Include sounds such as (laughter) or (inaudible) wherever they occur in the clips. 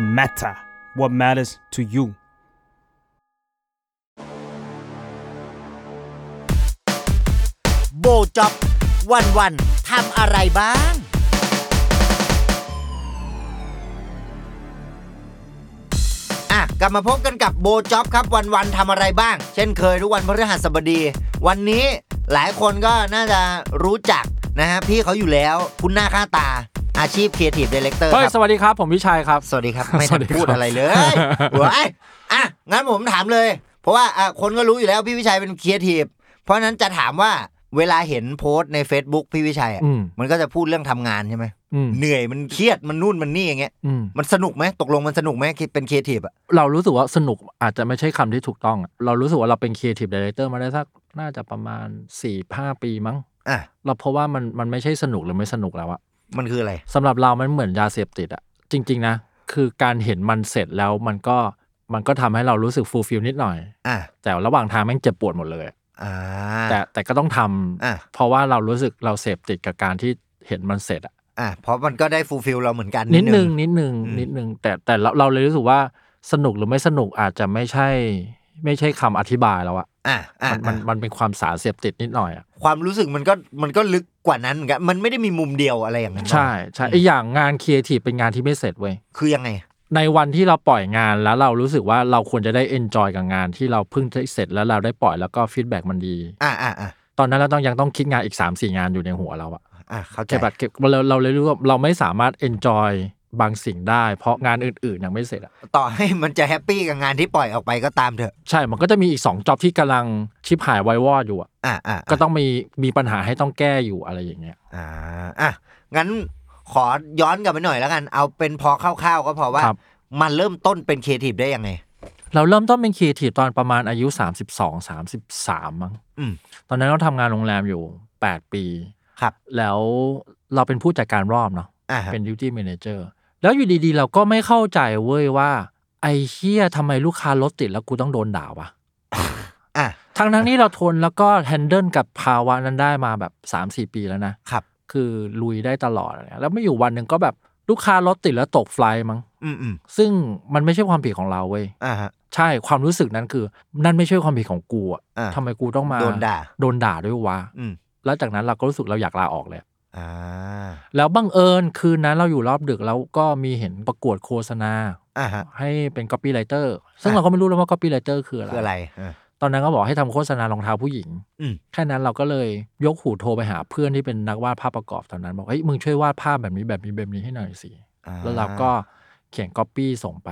matter what matters to you โบจ็อบวันวันๆทำอะไรบ้าง อ่ะ กลับมาพบกันกับโบจ็อบครับวันวันๆทำอะไรบ้าง เช่นเคยทุกวันพฤหัสบดี วันนี้หลายคนก็น่าจะรู้จักนะฮะพี่เขาอยู่แล้วคุณหน้าค่าตา อาชีพครีเอทีฟดีเลกเตอร์ เฮ้ย ครับ สวัสดีครับ ผมวิชัยครับ สวัสดี (laughs) ครับ ไม่ สวั ทั ส น ดีครับ พูดอะไร (laughs) เลยหัวไอ้ยอ่ะ งั้นผมถามเลย เพราะว่าอ่ะคนก็รู้อยู่แล้วพี่วิชัยเป็นครีเอทีฟเพราะฉะนั้นจะถามว่าเวลาเห็นโพสต์ใน Facebook พี่วิชัยอ่ะ อืม มันก็จะพูดเรื่องทำงานใช่ไหม อืม เหนื่อยมันเครียดมันนู่นมันนี่อย่างเงี้ย อืม มันสนุกไหมตกลงมันสนุกไหมคิดเป็นครีเอทีฟอ่ะ เรารู้สึกว่าสนุกอาจจะไม่ใช่คำที่ถูกต้องอะเรารู้สึกว่าเราเป็นครีเอทีฟดีเลเตอร์มาได้สักน่าจะประมาณ4ี่ห้าปีมั้ง อ่ะ เราเพราะว่ามันมันไม่ใช่สนุกหรือไม่สนุกแล้วอะ มันคืออะไร สำหรับเรามันเหมือนยาเสพติดอะจริง ๆ นะ คือการเห็นมันเสร็จแล้วมันก็มันก็ทำให้เรารู้สึกฟูลฟิลนิดหน่อย อ่ะ แต่ระหว่างทางแม่งเจ็บปวดหมดเลย อ่า แต่แต่ก็ต้องทำ อ่ะ เพราะว่าเรารู้สึกเราเสพติดกับการที่เห็นมันเสร็จอะ อ่ะเพราะมันก็ได้ฟูลฟิลเราเหมือนกัน นิดนึงนิดนึง อืม นิดนึงแต่แต่เราเราเลยรู้สึกว่าสนุกหรือไม่สนุกอาจจะไม่ใช่ ไม่ใช่คำอธิบายแล้วอะ อ่ะอ่ะ มันมัน อ่ะ มันเป็นความสารเสพติดนิดหน่อยอะ ความรู้สึกมันก็มันก็ลึกกว่านั้นเหมือนกันมันไม่ได้มีมุมเดียวอะไรอย่างนั้นหรอก ใช่ใช่ไอกอย่างงานครีเอทีฟเป็นงานที่ไม่เสร็จเว้ย คือยังไง ในวันที่เราปล่อยงานแล้วเรารู้สึกว่าเราควรจะได้เอนจอยกับงานที่เราเพิ่งได้เสร็จแล้วเราได้ปล่อยแล้วก็ฟีดแบ็กมันดี อ่ะอ่ะอ่ะ ตอนนั้นเราต้องยังต้องคิดงานอีก 3 4 งานอยู่ในหัวเราอะ อ่ะเข้าใจ เก็บบัตรเก็บเราเราเลยรู้ว่าเราไม่สามารถเอนจอยบางสิ่งได้ เพราะงานอื่นๆยังไม่เสร็จอะ ต่อให้มันจะแฮปปี้กับงานที่ปล่อยออกไปก็ตามเถอะ ใช่ มันก็จะมีอีกสองจ็อบที่กำลังชิบหายไวายวอดอยู่อะ อ่าอ่า ก็ต้องมีมีปัญหาให้ต้องแก้อยู่อะไรอย่างเงี้ย อ่าอ่ะงั้นขอย้อนกลับไปหน่อยแล้วกัน เอาเป็นพอคร่าวๆก็พอว่า ครับ มันเริ่มต้นเป็นครีเอทีฟได้ยังไง เราเริ่มต้นเป็นครีเอทีฟตอนประมาณอายุ 32 33 มั้ง อืม ตอนนั้นเราทำงานโรงแรมอยู่ 8 ปี ครับ แล้วเราเป็นผู้จัดการรอบเนาะ อ่า เป็น duty manager แล้วอยู่ดีๆ เราก็ไม่เข้าใจเว้ยว่า ไอ้เฮียทำไมลูกค้ารถติดแล้วกูต้องโดนด่าวะ อ่ะ ทั้งทั้งๆที่เราทนแล้วก็แฮนเดิลกับภาวะนั้นได้มาแบบ 3-4 ปีแล้วนะ ครับ คือลุยได้ตลอดอะไรเงี้ยแล้วไม่อยู่วันหนึ่งก็แบบลูกค้ารถติดแล้วตกไฟล์มั้ง อืมอืม ซึ่งมันไม่ใช่ความผิดของเราเว้ย อ่าฮะ ใช่ ความรู้สึกนั้นคือ นั่นไม่ใช่ความผิดของกูอะ อ่า ทำไมกูต้องมา โดนด่า โดนด่าด้วยวะ อืม แล้วจากนั้นเราก็รู้สึกเราอยากลาออกเลย อ่า แล้วบังเอิญคืนนั้นเราอยู่รอบดึกแล้วก็มีเห็นประกวดโฆษณา อ่าฮะ ให้เป็น copywriter ซึ่ง อ่ะ เราก็ไม่รู้แล้วว่า copywriter คืออะไร คืออะไรอ่า ตอนนั้นก็บอกให้ทำโฆษณารองเท้าผู้หญิง อืม แค่นั้นเราก็เลยยกหูโทรไปหาเพื่อนที่เป็นนักวาดภาพประกอบตอนนั้นบอกเฮ้ยมึงช่วยวาดภาพแบบนี้แบบนี้แบบนี้ให้หน่อยสิ อ่ แล้วเราก็เขียนก๊อปปี้ส่งไป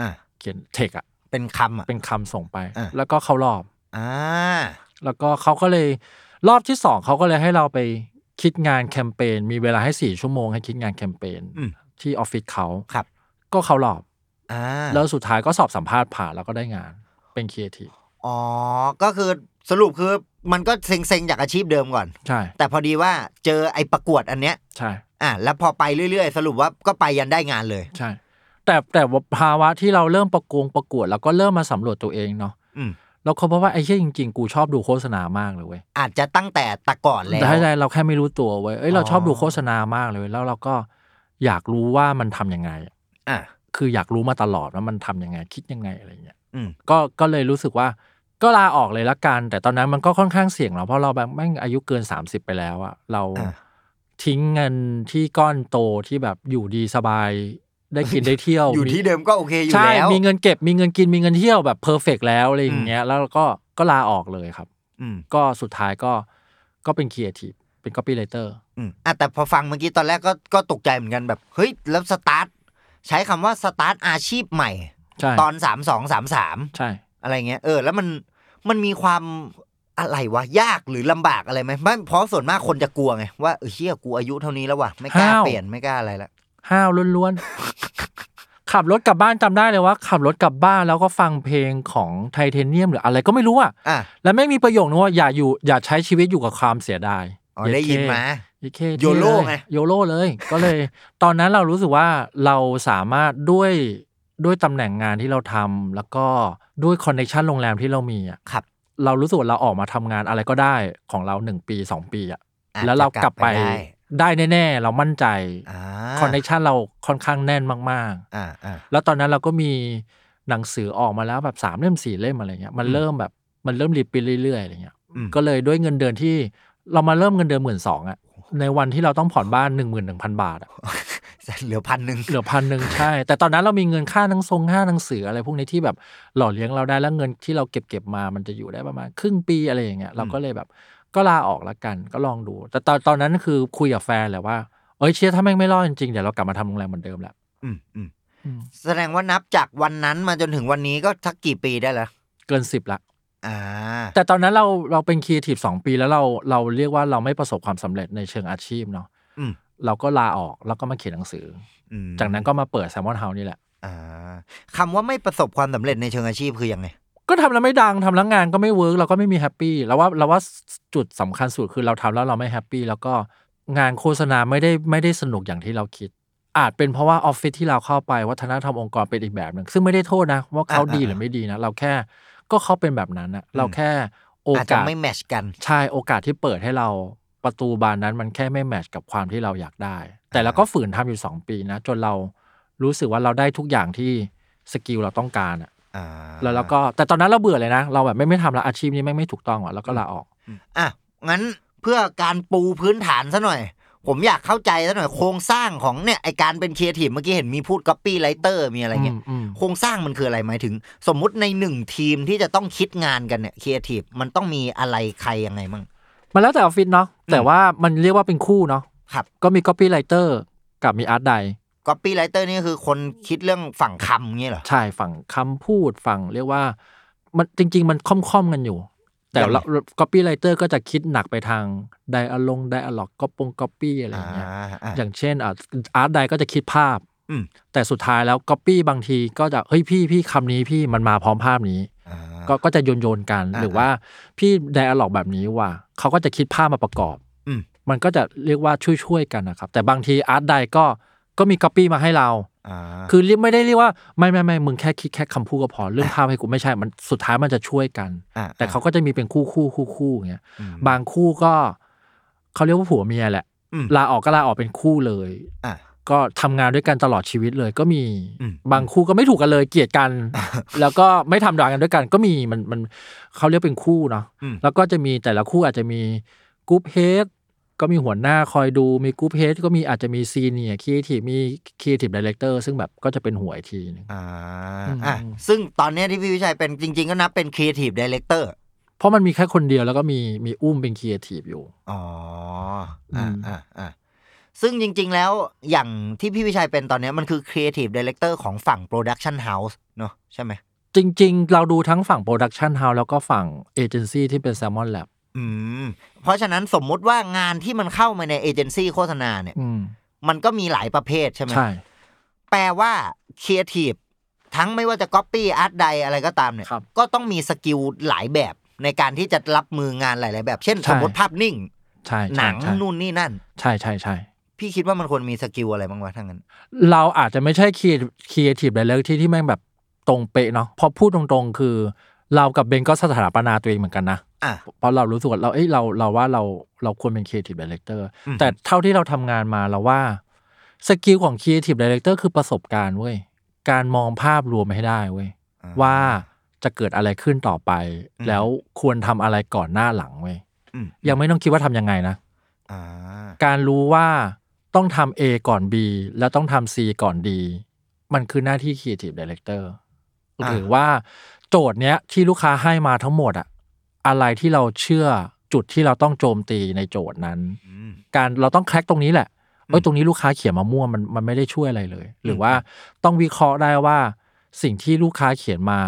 อ่า เขียนเทคอะ เป็นคำอ่ะ เป็นคำส่งไป อ่ะ แล้วก็เข้ารอบ อ่า แล้วก็เขาก็เลยรอบที่สองเขาก็เลยให้เราไปคิดงานแคมเปญมีเวลาให้สี่ชั่วโมงให้คิดงานแคมเปญ อืม ที่ออฟฟิศเขา ครับ ก็เข้ารอบ อ่า แล้วสุดท้ายก็สอบสัมภาษณ์ผ่านแล้วก็ได้งานเป็นครีเอทีฟ อ๋อ ก็คือสรุปคือมันก็เซ็งๆจากอาชีพเดิมก่อน ใช่ แต่พอดีว่าเจอไอ้ประกวดอันเนี้ย ใช่ อ่ะแล้วพอไปเรื่อยๆ สรุปว่าก็ไปยันได้งานเลย ใช่ แต่แต่ว่าภาวะที่เราเริ่มประกวงประกวด แล้วก็เริ่มมาสำรวจตัวเองเนาะ อืม แล้วเขาพบว่าไอ้เชี่ยจริง ๆ กูชอบดูโฆษณามากเลยเว้ย อาจจะตั้งแต่แตะก่อนแล้ว แต่ให้ใจเราแค่ไม่รู้ตัวเว้ยเอ้ยเรา อ๋อ ชอบดูโฆษณามากเลยเว้ยแล้วเราก็อยากรู้ว่ามันทำยังไง อ่ะ คืออยากรู้มาตลอดว่ามันทำยังไงคิดยังไงอะไรเงี้ย อืม ก็ก็เลยรู้สึกว่าก็ลาออกเลยละกัน แต่ตอนนั้นมันก็ค่อนข้างเสี่ยงเราเพราะเราแบบแม่งอายุเกิน 30 ไปแล้วอะเรา อ่ะ ทิ้งเงินที่ก้อนโตที่แบบอยู่ดีสบายได้กินได้เที่ยว อยู่ที่เดิมก็โอเคอยู่ ใช่ แล้ว มีเงินเก็บ มีเงินกิน มีเงินเที่ยวแบบเพอร์เฟกแล้วอะไรอย่างเงี้ย แล้วก็ ก็ลาออกเลยครับ อืม ก็สุดท้ายก็ ก็เป็นครีเอทีฟ เป็น copywriter อืมอ่ะแต่พอฟังเมื่อกี้ตอนแรกก็ก็ตกใจเหมือนกันแบบ เฮ้ย แล้วสตาร์ทใช้คำว่าสตาร์ทอาชีพใหม่ ใช่ ตอนสามสองสามสาม ใช่ อะไรเงี้ยเออ แล้วมันมันมีความอะไรวะ ยากหรือลำบากอะไรไหมไม่เพราะส่วนมากคนจะกลัวไง ว่าเออเฮียกูอายุเท่านี้แล้วว่ะไม่กล้า ห้าว เปลี่ยนไม่กล้าอะไรละ ห้าวล้วนๆ (laughs) ขับรถกลับบ้านจำได้เลยว่า ขับรถกลับบ้านแล้วก็ฟังเพลงของไทเทเนียมหรืออะไรก็ไม่รู้อะ อ่ะ แล้วไม่งมีประโยคนึงว่าอย่าอยู่ อย่าใช้ชีวิตอยู่กับความเสียดาย อ๋อได้ยินมา ยเค โยโร่ไง โยโร่เลย (laughs) ก็เลย ตอนนั้นเรารู้สึกว่าเราสามารถด้วย ด้วยตำแหน่งงานที่เราทำแล้วก็ด้วยคอนเนคชันโรงแรมที่เรามีอะ ครับ เรารู้สึกว่าเราออกมาทำงานอะไรก็ได้ของเราหนึ่งปีสองปีอะแล้วเรากลับไป อาจจะกลับไปได้ ได้แน่ ๆ เรามั่นใจ อ่า คอนเนคชันเราค่อนข้างแน่นมาก ๆ อ่าอ่า แล้วตอนนั้นเราก็มีหนังสือออกมาแล้วแบบสามเล่มสี่เล่มอะไรเงี้ยมัน อืม เริ่มแบบมันเริ่มรีบไปเรื่อยๆอะไรเงี้ย อืม ก็เลยด้วยเงินเดือนที่เรามาเริ่มเงินเดือนหมื่นสองอะในวันที่เราต้องผ่อนบ้านหนึ่งหมื่นหนึ่งพันบาทอะ (laughs) เหลือพันหนึ่ง เหลือพันหนึ่งใช่ แต่ตอนนั้นเรามีเงินค่าหนังทรงค่าหนังสืออะไรพวกนี้ที่แบบหล่อเลี้ยงเราได้แล้วเงินที่เราเก็บเก็บๆมามันจะอยู่ได้ประมาณครึ่งปีอะไรอย่างเงี้ยเราก็เลยแบบก็ลาออกละกันก็ลองดู แต่ตอนตอนนั้นคือคุยกับแฟนแหละว่าเอ้ยเชียร์ถ้าแม่งไม่รอดจริงๆเดี๋ยวเรากลับมาทำโรงแรมเหมือนเดิมแหละ อืมอืม อืม แสดงว่านับจากวันนั้นมาจนถึงวันนี้ก็ทักกี่ปีได้แล้ว เกินสิบละ อ่า แต่ตอนนั้นเราเราเป็นครีเอทีฟสองปีแล้วเราเราเรียกว่าเราไม่ประสบความสำเร็จในเชิงอาชีพเนาะ อืม เราก็ลาออกแล้วก็มาเขียนหนังสือ อืม อจากนั้นก็มาเปิดแซมมอนเฮานี่แหละ อ่าคำว่าไม่ประสบความสำเร็จในเชิงอาชีพคือยังไง ก็ทำแล้วไม่ดังทำแล้วงานก็ไม่เวิร์กเราก็ไม่มีแฮปปี้เราว่าเราว่าจุดสำคัญสุดคือเราทำแล้วเราไม่แฮปปี้แล้วก็งานโฆษณาไม่ได้ไม่ได้สนุกอย่างที่เราคิด อาจเป็นเพราะว่าออฟฟิศที่เราเข้าไปวัฒนธรรมองค์กรเป็นอีกแบบหนึ่งซึ่งไม่ได้โทษนะว่าเขา อ่า ดี อ่า หรือไม่ดีนะเราแค่ก็เขาเป็นแบบนั้นนะเรา อืม แค่โอ อาจจะ กาส ไม่แมชกัน ใช่โอกาสที่เปิดให้เราประตูบานนั้นมันแค่ไม่แมทช์กับความที่เราอยากได้ แต่เราก็ฝืนทำอยู่ 2 ปีนะ จนเรารู้สึกว่าเราได้ทุกอย่างที่สกิลเราต้องการอะ อ่า แล้วเราก็แต่ตอนนั้นเราเบื่อเลยนะ เราแบบไม่ไม่ทำละอาชีพนี้ไม่งไม่ถูกต้องอ่ะแล้วก็ลาออก อ่ะงั้นเพื่อการปูพื้นฐานซะหน่อย ผมอยากเข้าใจซะหน่อยโครงสร้างของเนี่ยไอการเป็นครีเอทีฟเมื่อกี้เห็นมีพูดก๊อปปี้ไรเตอร์มีอะไรเงี้ย อืมอืม โครงสร้างมันคืออะไรหมายถึง สมมุติในหนึ่งทีมที่จะต้องคิดงานกันเนี่ยครีเอทีฟมันต้องมีอะไรใครยังไงมั่ง มันแล้วแต่ออฟฟิศเนาะแต่ว่ามันเรียกว่าเป็นคู่เนาะ ครับ ก็มี copywriter กับมี art ใด ก๊อปปี้ไรเตอร์นี่ก็คือคนคิดเรื่องฝั่งคำอย่างเงี้ยเหรอ ใช่ฝั่งคำพูดฝั่งเรียกว่ามันจริง ๆ มันค่อมๆกันอยู่ แต่ ยังไง เรา copywriter ก็จะคิดหนักไปทาง dialog dialog ก็ปง copy อะไรอย่างเงี้ย อ่า อย่างเช่นอาร์ตใดก็จะคิดภาพ อืม แต่สุดท้ายแล้วก๊อปปี้บางทีก็จะเฮ้ยพี่พี่คำนี้พี่มันมาพร้อมภาพนี้ อ่า ก็ก็จะโยนโยนๆกัน อ่า หรือว่าพี่ไดอะล็อกแบบนี้ว่าเขาก็จะคิดภาพมาประกอบ อืม มันก็จะเรียกว่าช่วยๆกันนะครับ แต่บางทีอาร์ตใดก็ก็มีก๊อปปี้มาให้เรา อ่า คือเรียกไม่ได้เรียกว่าไม่ไม่ไม่มึงแค่คิดแค่คำพูดก็พอเรื่องภาพให้กูไม่ใช่มันสุดท้ายมันจะช่วยกัน อ่ แต่เขาก็จะมีเป็นคู่คู่คู่คู่อย่างเงี้ย อืม บางคู่ก็เขาเรียกว่าผัวเมียแหละ อืม ลาออกก็ลาออกเป็นคู่เลย อ่ะ ก็ทำงานด้วยกันตลอดชีวิตเลยก็มี อืม บางคู่ก็ไม่ถูกกันเลยเกลียด (laughs) กัน แล้วก็ไม่ทำดานกันด้วยกัน ก็มีมันมันเขาเรียกเป็นคู่เนาะ อืม แล้วก็จะมีแต่ละคู่อาจจะมีกรุ๊ปเฮดก็มีหัวหน้าคอยดูมีกรุ๊ปเฮดก็มีอาจจะมีซีเนียร์ครีเอทีฟมีครีเอทีฟดีเลกเตอร์ซึ่งแบบก็จะเป็นหัวอีกทีหนึง อ่า อืม อ่ะซึ่งตอนเนี้ยที่พี่วิชัยเป็นจริง ๆ ก็นับเป็นครีเอทีฟดีเลกเตอร์ เพราะมันมีแค่คนเดียวแล้วก็มีมีอุ้มเป็นครีเอทีฟอยู่ อ๋อ อื อ่าม อ่าอ่าซึ่งจริง ๆ แล้วอย่างที่พี่วิชัยเป็นตอนเนี้ยมันคือ Creative Director ของฝั่ง Production House เนอะใช่ไหม จริง ๆ เราดูทั้งฝั่งโปรดักชันเฮาแล้วก็ฝั่งเอเจนซี่ที่เป็นแซมมอนแลบ อืม เพราะฉะนั้นสมมุติว่างานที่มันเข้ามาในเอเจนซี่โฆษณาเนี่ย อืม มันก็มีหลายประเภทใช่ไหม ใช่ แปลว่า Creative ทั้งไม่ว่าจะ Copy Art ใดอะไรก็ตามเนี่ย ครับ ก็ต้องมีสกิลหลายแบบในการที่จะรับมืองานหลาย ๆ แบบ เช่น ใช่ สมมติภาพนิ่ง ใช่ ห ใช่ นัง ใช่ นู่นนี่นั่น ใช่ใช่ใช่ พี่คิดว่ามันควรมีสกิลอะไรบ้างวะทั้างนั้น เราอาจจะไม่ใช่ครีครีเอทีฟไดเรกที่ที่แม่งแบบตรงเป๊ะเนาะพอพูดตรงๆ คือ เรากับเบนก็สถาปนาตัวเองเหมือนกันนะ อ่ะ เพราะเรารู้สึกว่าเราเอ้ยเราเราว่าเราเราควรเป็นครีเอทีฟไดเรกเตอร์ อืม แต่เท่าที่เราทำงานมาเราว่าสกิลของครีเอทีฟไดเรกเตอร์คือประสบการณ์เว้ยการมองภาพรวมให้ได้เว้ย อ่ ว่าจะเกิดอะไรขึ้นต่อไป อืม แล้วควรทำอะไรก่อนหน้าหลังเว้ย อืม ยังไม่ต้องคิดว่าทำยังไงนะ อ่า การรู้ว่าต้องทำ A ก่อน B แล้วต้องทำ C ก่อน D มันคือหน้าที่ Creative Director อ่า หรือว่าโจทย์เนี้ยที่ลูกค้าให้มาทั้งหมดอะอะไรที่เราเชื่อจุดที่เราต้องโจมตีในโจทย์นั้น อืม การเราต้องแคร็กตรงนี้แหละเอ้ อื ย ม ตรงนี้ลูกค้าเขียนมามั่วมันมันไม่ได้ช่วยอะไรเลย หรืออ ม ว่าต้องวิเคราะห์ได้ว่า สิ่งที่ลูกค้าเขียนมา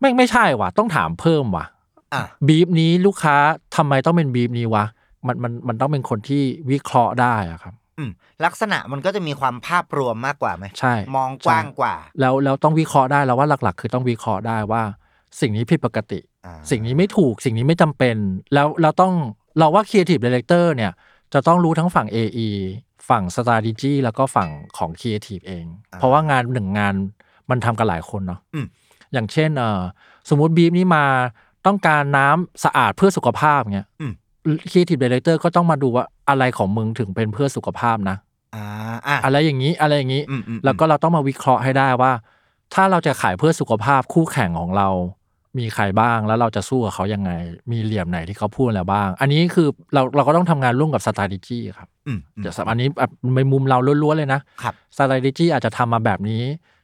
แม่งไม่ใช่ว่ะต้องถามเพิ่มว่ะ อ่ะ บีฟนี้ลูกค้าทำไมต้องเป็นบีฟนี้วะมันมันมันต้องเป็นคนที่วิเคราะห์ได้อะครับ อืม ลักษณะมันก็จะมีความภาพรวมมากกว่าไหม ใช่ มองกว้าง ใช่ กว่า แล้วแล้วต้องวิเคราะห์ได้แล้วว่าหลักๆ คือต้องวิเคราะห์ได้ว่า สิ่งนี้ผิดปกติ อ่า สิ่งนี้ไม่ถูกสิ่งนี้ไม่จำเป็น แล้วเราต้องเราว่า Creative Director เนี่ยจะต้องรู้ทั้งฝั่ง AE ฝั่ง Strategy แล้วก็ฝั่งของ Creative เอง เพราะว่างานหนึ่งงานมันทำกันหลายคนเนาะ อืม อย่างเช่นเอ่อสมมุติบีมนี้มาต้องการน้ำสะอาดเพื่อสุขภาพเงี้ย อืม Creative Director ก็ต้องมาดูว่าอะไรของมึงถึงเป็นเพื่อสุขภาพนะ อ่า อ่ะ อะไรอย่างนี้อะไรอย่างนี้ อืมอืม แล้วก็เราต้องมาวิเคราะห์ให้ได้ว่า ถ้าเราจะขายเพื่อสุขภาพคู่แข่งของเรา มีใครบ้างแล้วเราจะสู้กับเขายังไง มีเหลี่ยมไหนที่เขาพูดแล้วบ้าง อันนี้คือเราเราก็ต้องทำงานร่วมกับ s t r a t e g y ครับ อืมอืม แต่สำหรับอันนี้แบบในมุมเราล้วนๆเลยนะครับ สตาดิจีอาจจะทำมาแบบนี้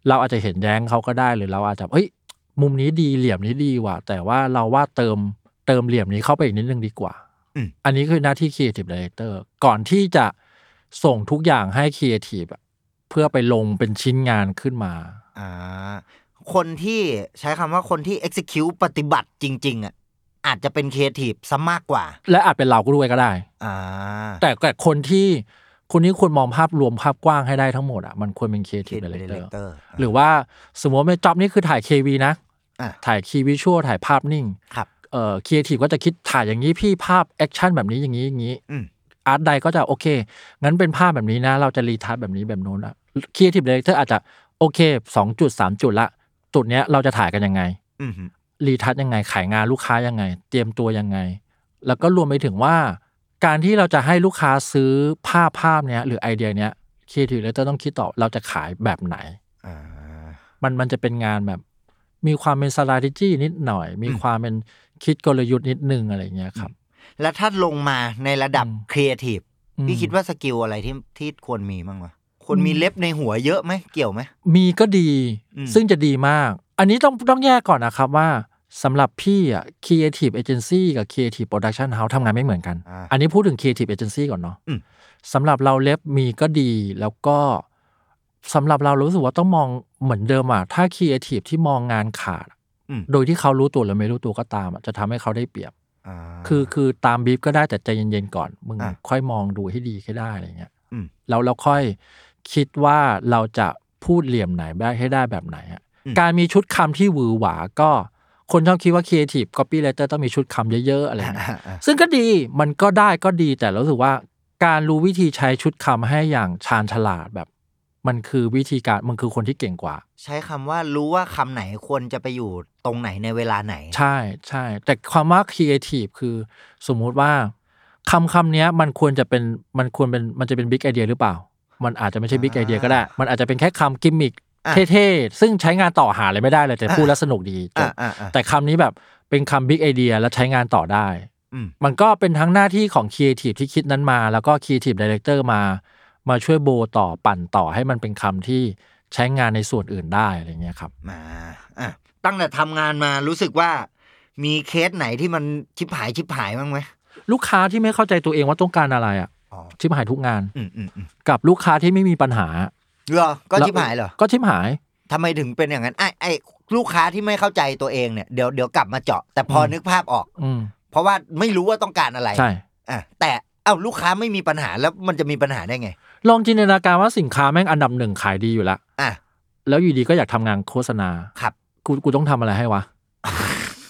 เราอาจจะเห็นแย้งเขาก็ได้หรือเราอาจจะเอ้ย มุมนี้ดีเหลี่ยมนี้ดีว่ะแต่ว่าเราว่าเติมเติมเหลี่ยมนี้เข้าไปอีกนิดนึงดีกว่า อืม อันนี้คือหน้าที่ Creative Director ก่อนที่จะส่งทุกอย่างให้ Creative อะเพื่อไปลงเป็นชิ้นงานขึ้นมา อ่าคนที่ใช้คำว่าคนที่ execute ปฏิบัติจริง ๆอ่ะอาจจะเป็นครีเอทีฟซะมากกว่า และอาจเป็นเราก็ด้วยก็ได้ อ่า แต่แต่คนที่คนนี้ควรมองภาพรวมภาพกว้างให้ได้ทั้งหมดอ่ะมันควรเป็น ครีเอ Creative ทีฟ Director เตอร์ หรือว่าสมมติว่าจ็อบนี้คือถ่าย KV นะ อ่ะ ถ่ายคีวิชวลถ่ายภาพนิ่ง ครับ เอ่อครีเอทีฟก็จะคิดถ่ายอย่างนี้พี่ภาพแอคชั่นแบบนี้อย่างนี้อย่างนี้ อืม อาร์ตใดก็จะโอเค งั้นเป็นภาพแบบนี้นะ เราจะรีทัชแบบนี้แบบโน้นอะครีเอทีฟเดเรคเตอร์อาจจะโอเคสองจุดสามจุดละจุดเนี้ยเราจะถ่ายกันยังไง อืมฮึ รีทัชยังไง ขายงานลูกค้ายังไง เตรียมตัวยังไง แล้วก็รวมไปถึงว่า การที่เราจะให้ลูกค้าซื้อภาพภาพเนี้ยหรือไอเดียเนี้ยครีเอทีฟเดเรคเตอร์ต้องคิดต่อเราจะขายแบบไหน อ่า มันมันจะเป็นงานแบบมีความเป็น strategy นิดหน่อย มี อืม ความเป็นคิดกลยุทธ์นิดนึงอะไรอย่างเงี้ยครับ แล้วถ้าลงมาในระดับ อืม ครีเอทีฟพี่ อืม คิดว่าสกิลอะไรที่ที่ควรมีบ้างวะควรมีเล็บในหัวเยอะไหมเกี่ยวไหม มีก็ดี อืม ซึ่งจะดีมาก อันนี้ต้องต้องแยกก่อนนะครับว่าสำหรับพี่อ่ะ creative agency กับ creative production house ทำงานไม่เหมือนกัน อ่า อันนี้พูดถึง creative agency ก่อนเนาะ อืม สำหรับเราเล็บมีก็ดีแล้วก็สำหรับเรารู้สึกว่าต้องมองเหมือนเดิมอ่ะถ้า creative ที่มองงานขาด อืม โดยที่เขารู้ตัวหรือไม่รู้ตัวก็ตามอะจะทำให้เขาได้เปรียบ า คือคือตามบีฟก็ได้แต่ใจเย็นๆก่อน มึง อ่ะ ค่อยมองดูให้ดีให้ได้อะไรเงี้ย อืม แล้วเราค่อยคิดว่าเราจะพูดเหลี่ยมไหนได้ให้ได้แบบไหนอะ อืม การมีชุดคำที่หวือหวาก็คนชอบคิดว่าครีเอทีฟก็ปี้เลเตอร์ต้องมีชุดคำเยอะๆอะไรเงี้ย อ่ะ ซึ่งก็ดีมันก็ได้ก็ดีแต่รู้สึกว่าการรู้วิธีใช้ชุดคำให้อย่างชาญฉลาดแบบ มันคือวิธีการมันคือคนที่เก่งกว่า ใช้คำว่ารู้ว่าคำไหนควรจะไปอยู่ตรงไหนในเวลาไหน ใช่ใช่แต่ความว่าครีเอทีฟคือสมมุติว่าคำคำเนี้ยมันควรจะเป็นมันควรเป็นมันจะเป็นบิ๊กไอเดียหรือเปล่า มันอาจจะไม่ใช่บิ๊กไอ อ่า เดียก็ได้ มันอาจจะเป็นแค่คำกิมมิค อ่ะ เท่ๆ ซึ่งใช้งานต่อหาอะไรไม่ได้เลย แต่ อ่ะ พูดแล้วสนุกดีจ อ่า บ อ่าอ่า แต่คำนี้แบบเป็นคำบิ๊กไอเดียแล้วใช้งานต่อได้ อืม มันก็เป็นทั้งหน้าที่ของครีเอทีฟที่คิดนั้นมา แล้วก็ครีเอทีฟดีเลกเตอร์มา มาช่วยโบต่อปั่นต่อให้มันเป็นคำที่ใช้งานในส่วนอื่นได้อะไรเงี้ยครับ มาอ่ะตั้งแต่ทำงานมารู้สึกว่า มีเคสไหนที่มันชิบหายชิบหายบ้างไหม ลูกค้าที่ไม่เข้าใจตัวเองว่าต้องการอะไรอ่ะ อ๋อ ชิบหายทุกงาน อืมอืมอืม กับลูกค้าที่ไม่มีปัญหา เหรอก็ แล้ว ชิบหายเหรอ ก็ชิบหาย ทำไมถึงเป็นอย่างนั้นไอ้ไอ้ลูกค้าที่ไม่เข้าใจตัวเองเนี่ยเดี๋ยวเดี๋ยวกลับมาเจาะ แต่พอนึกภาพออก อืม เพราะว่าไม่รู้ว่าต้องการอะไร ใช่ อ่ะแต่เอ้าลูกค้าไม่มีปัญหาแล้วมันจะมีปัญหาได้ไง ลองจินตนาการว่าสินค้าแม่งอันดับหนึ่งขายดีอยู่ละ อ่ะ แล้วอยู่ดีก็อยากทำงานโฆษณา ครับ กูกูต้องทำอะไรให้วะ (laughs)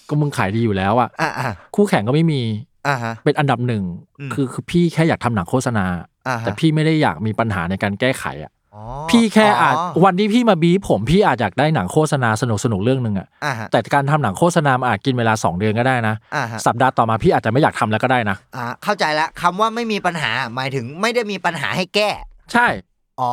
ก็มึงขายดีอยู่แล้วอ่ะ อ่ะอ่ะ คู่แข่งก็ไม่มี อ่ะฮะ เป็นอันดับหนึ่ง อืม คือคือพี่แค่อยากทำหนังโฆษณา อ่ะฮะ แต่พี่ไม่ได้อยากมีปัญหาในการแก้ไขอ่ะ อ๋อ พี่แค่อาจ อ วันที่พี่มาบีบผมพี่อาจอยากได้หนังโฆษณาสนุกสนุกๆเรื่องหนึ่งอ่ะ อ่ะฮะ แต่การทำหนังโฆษณามันอาจกินเวลาสองเดือนก็ได้นะ อ่ะฮะ สัปดาห์ต่อมาพี่อาจจะไม่อยากทำแล้วก็ได้นะ อ่าเข้าใจละคำว่าไม่มีปัญหาหมายถึงไม่ได้มีปัญหาให้แก้ ใช่ อ๋อ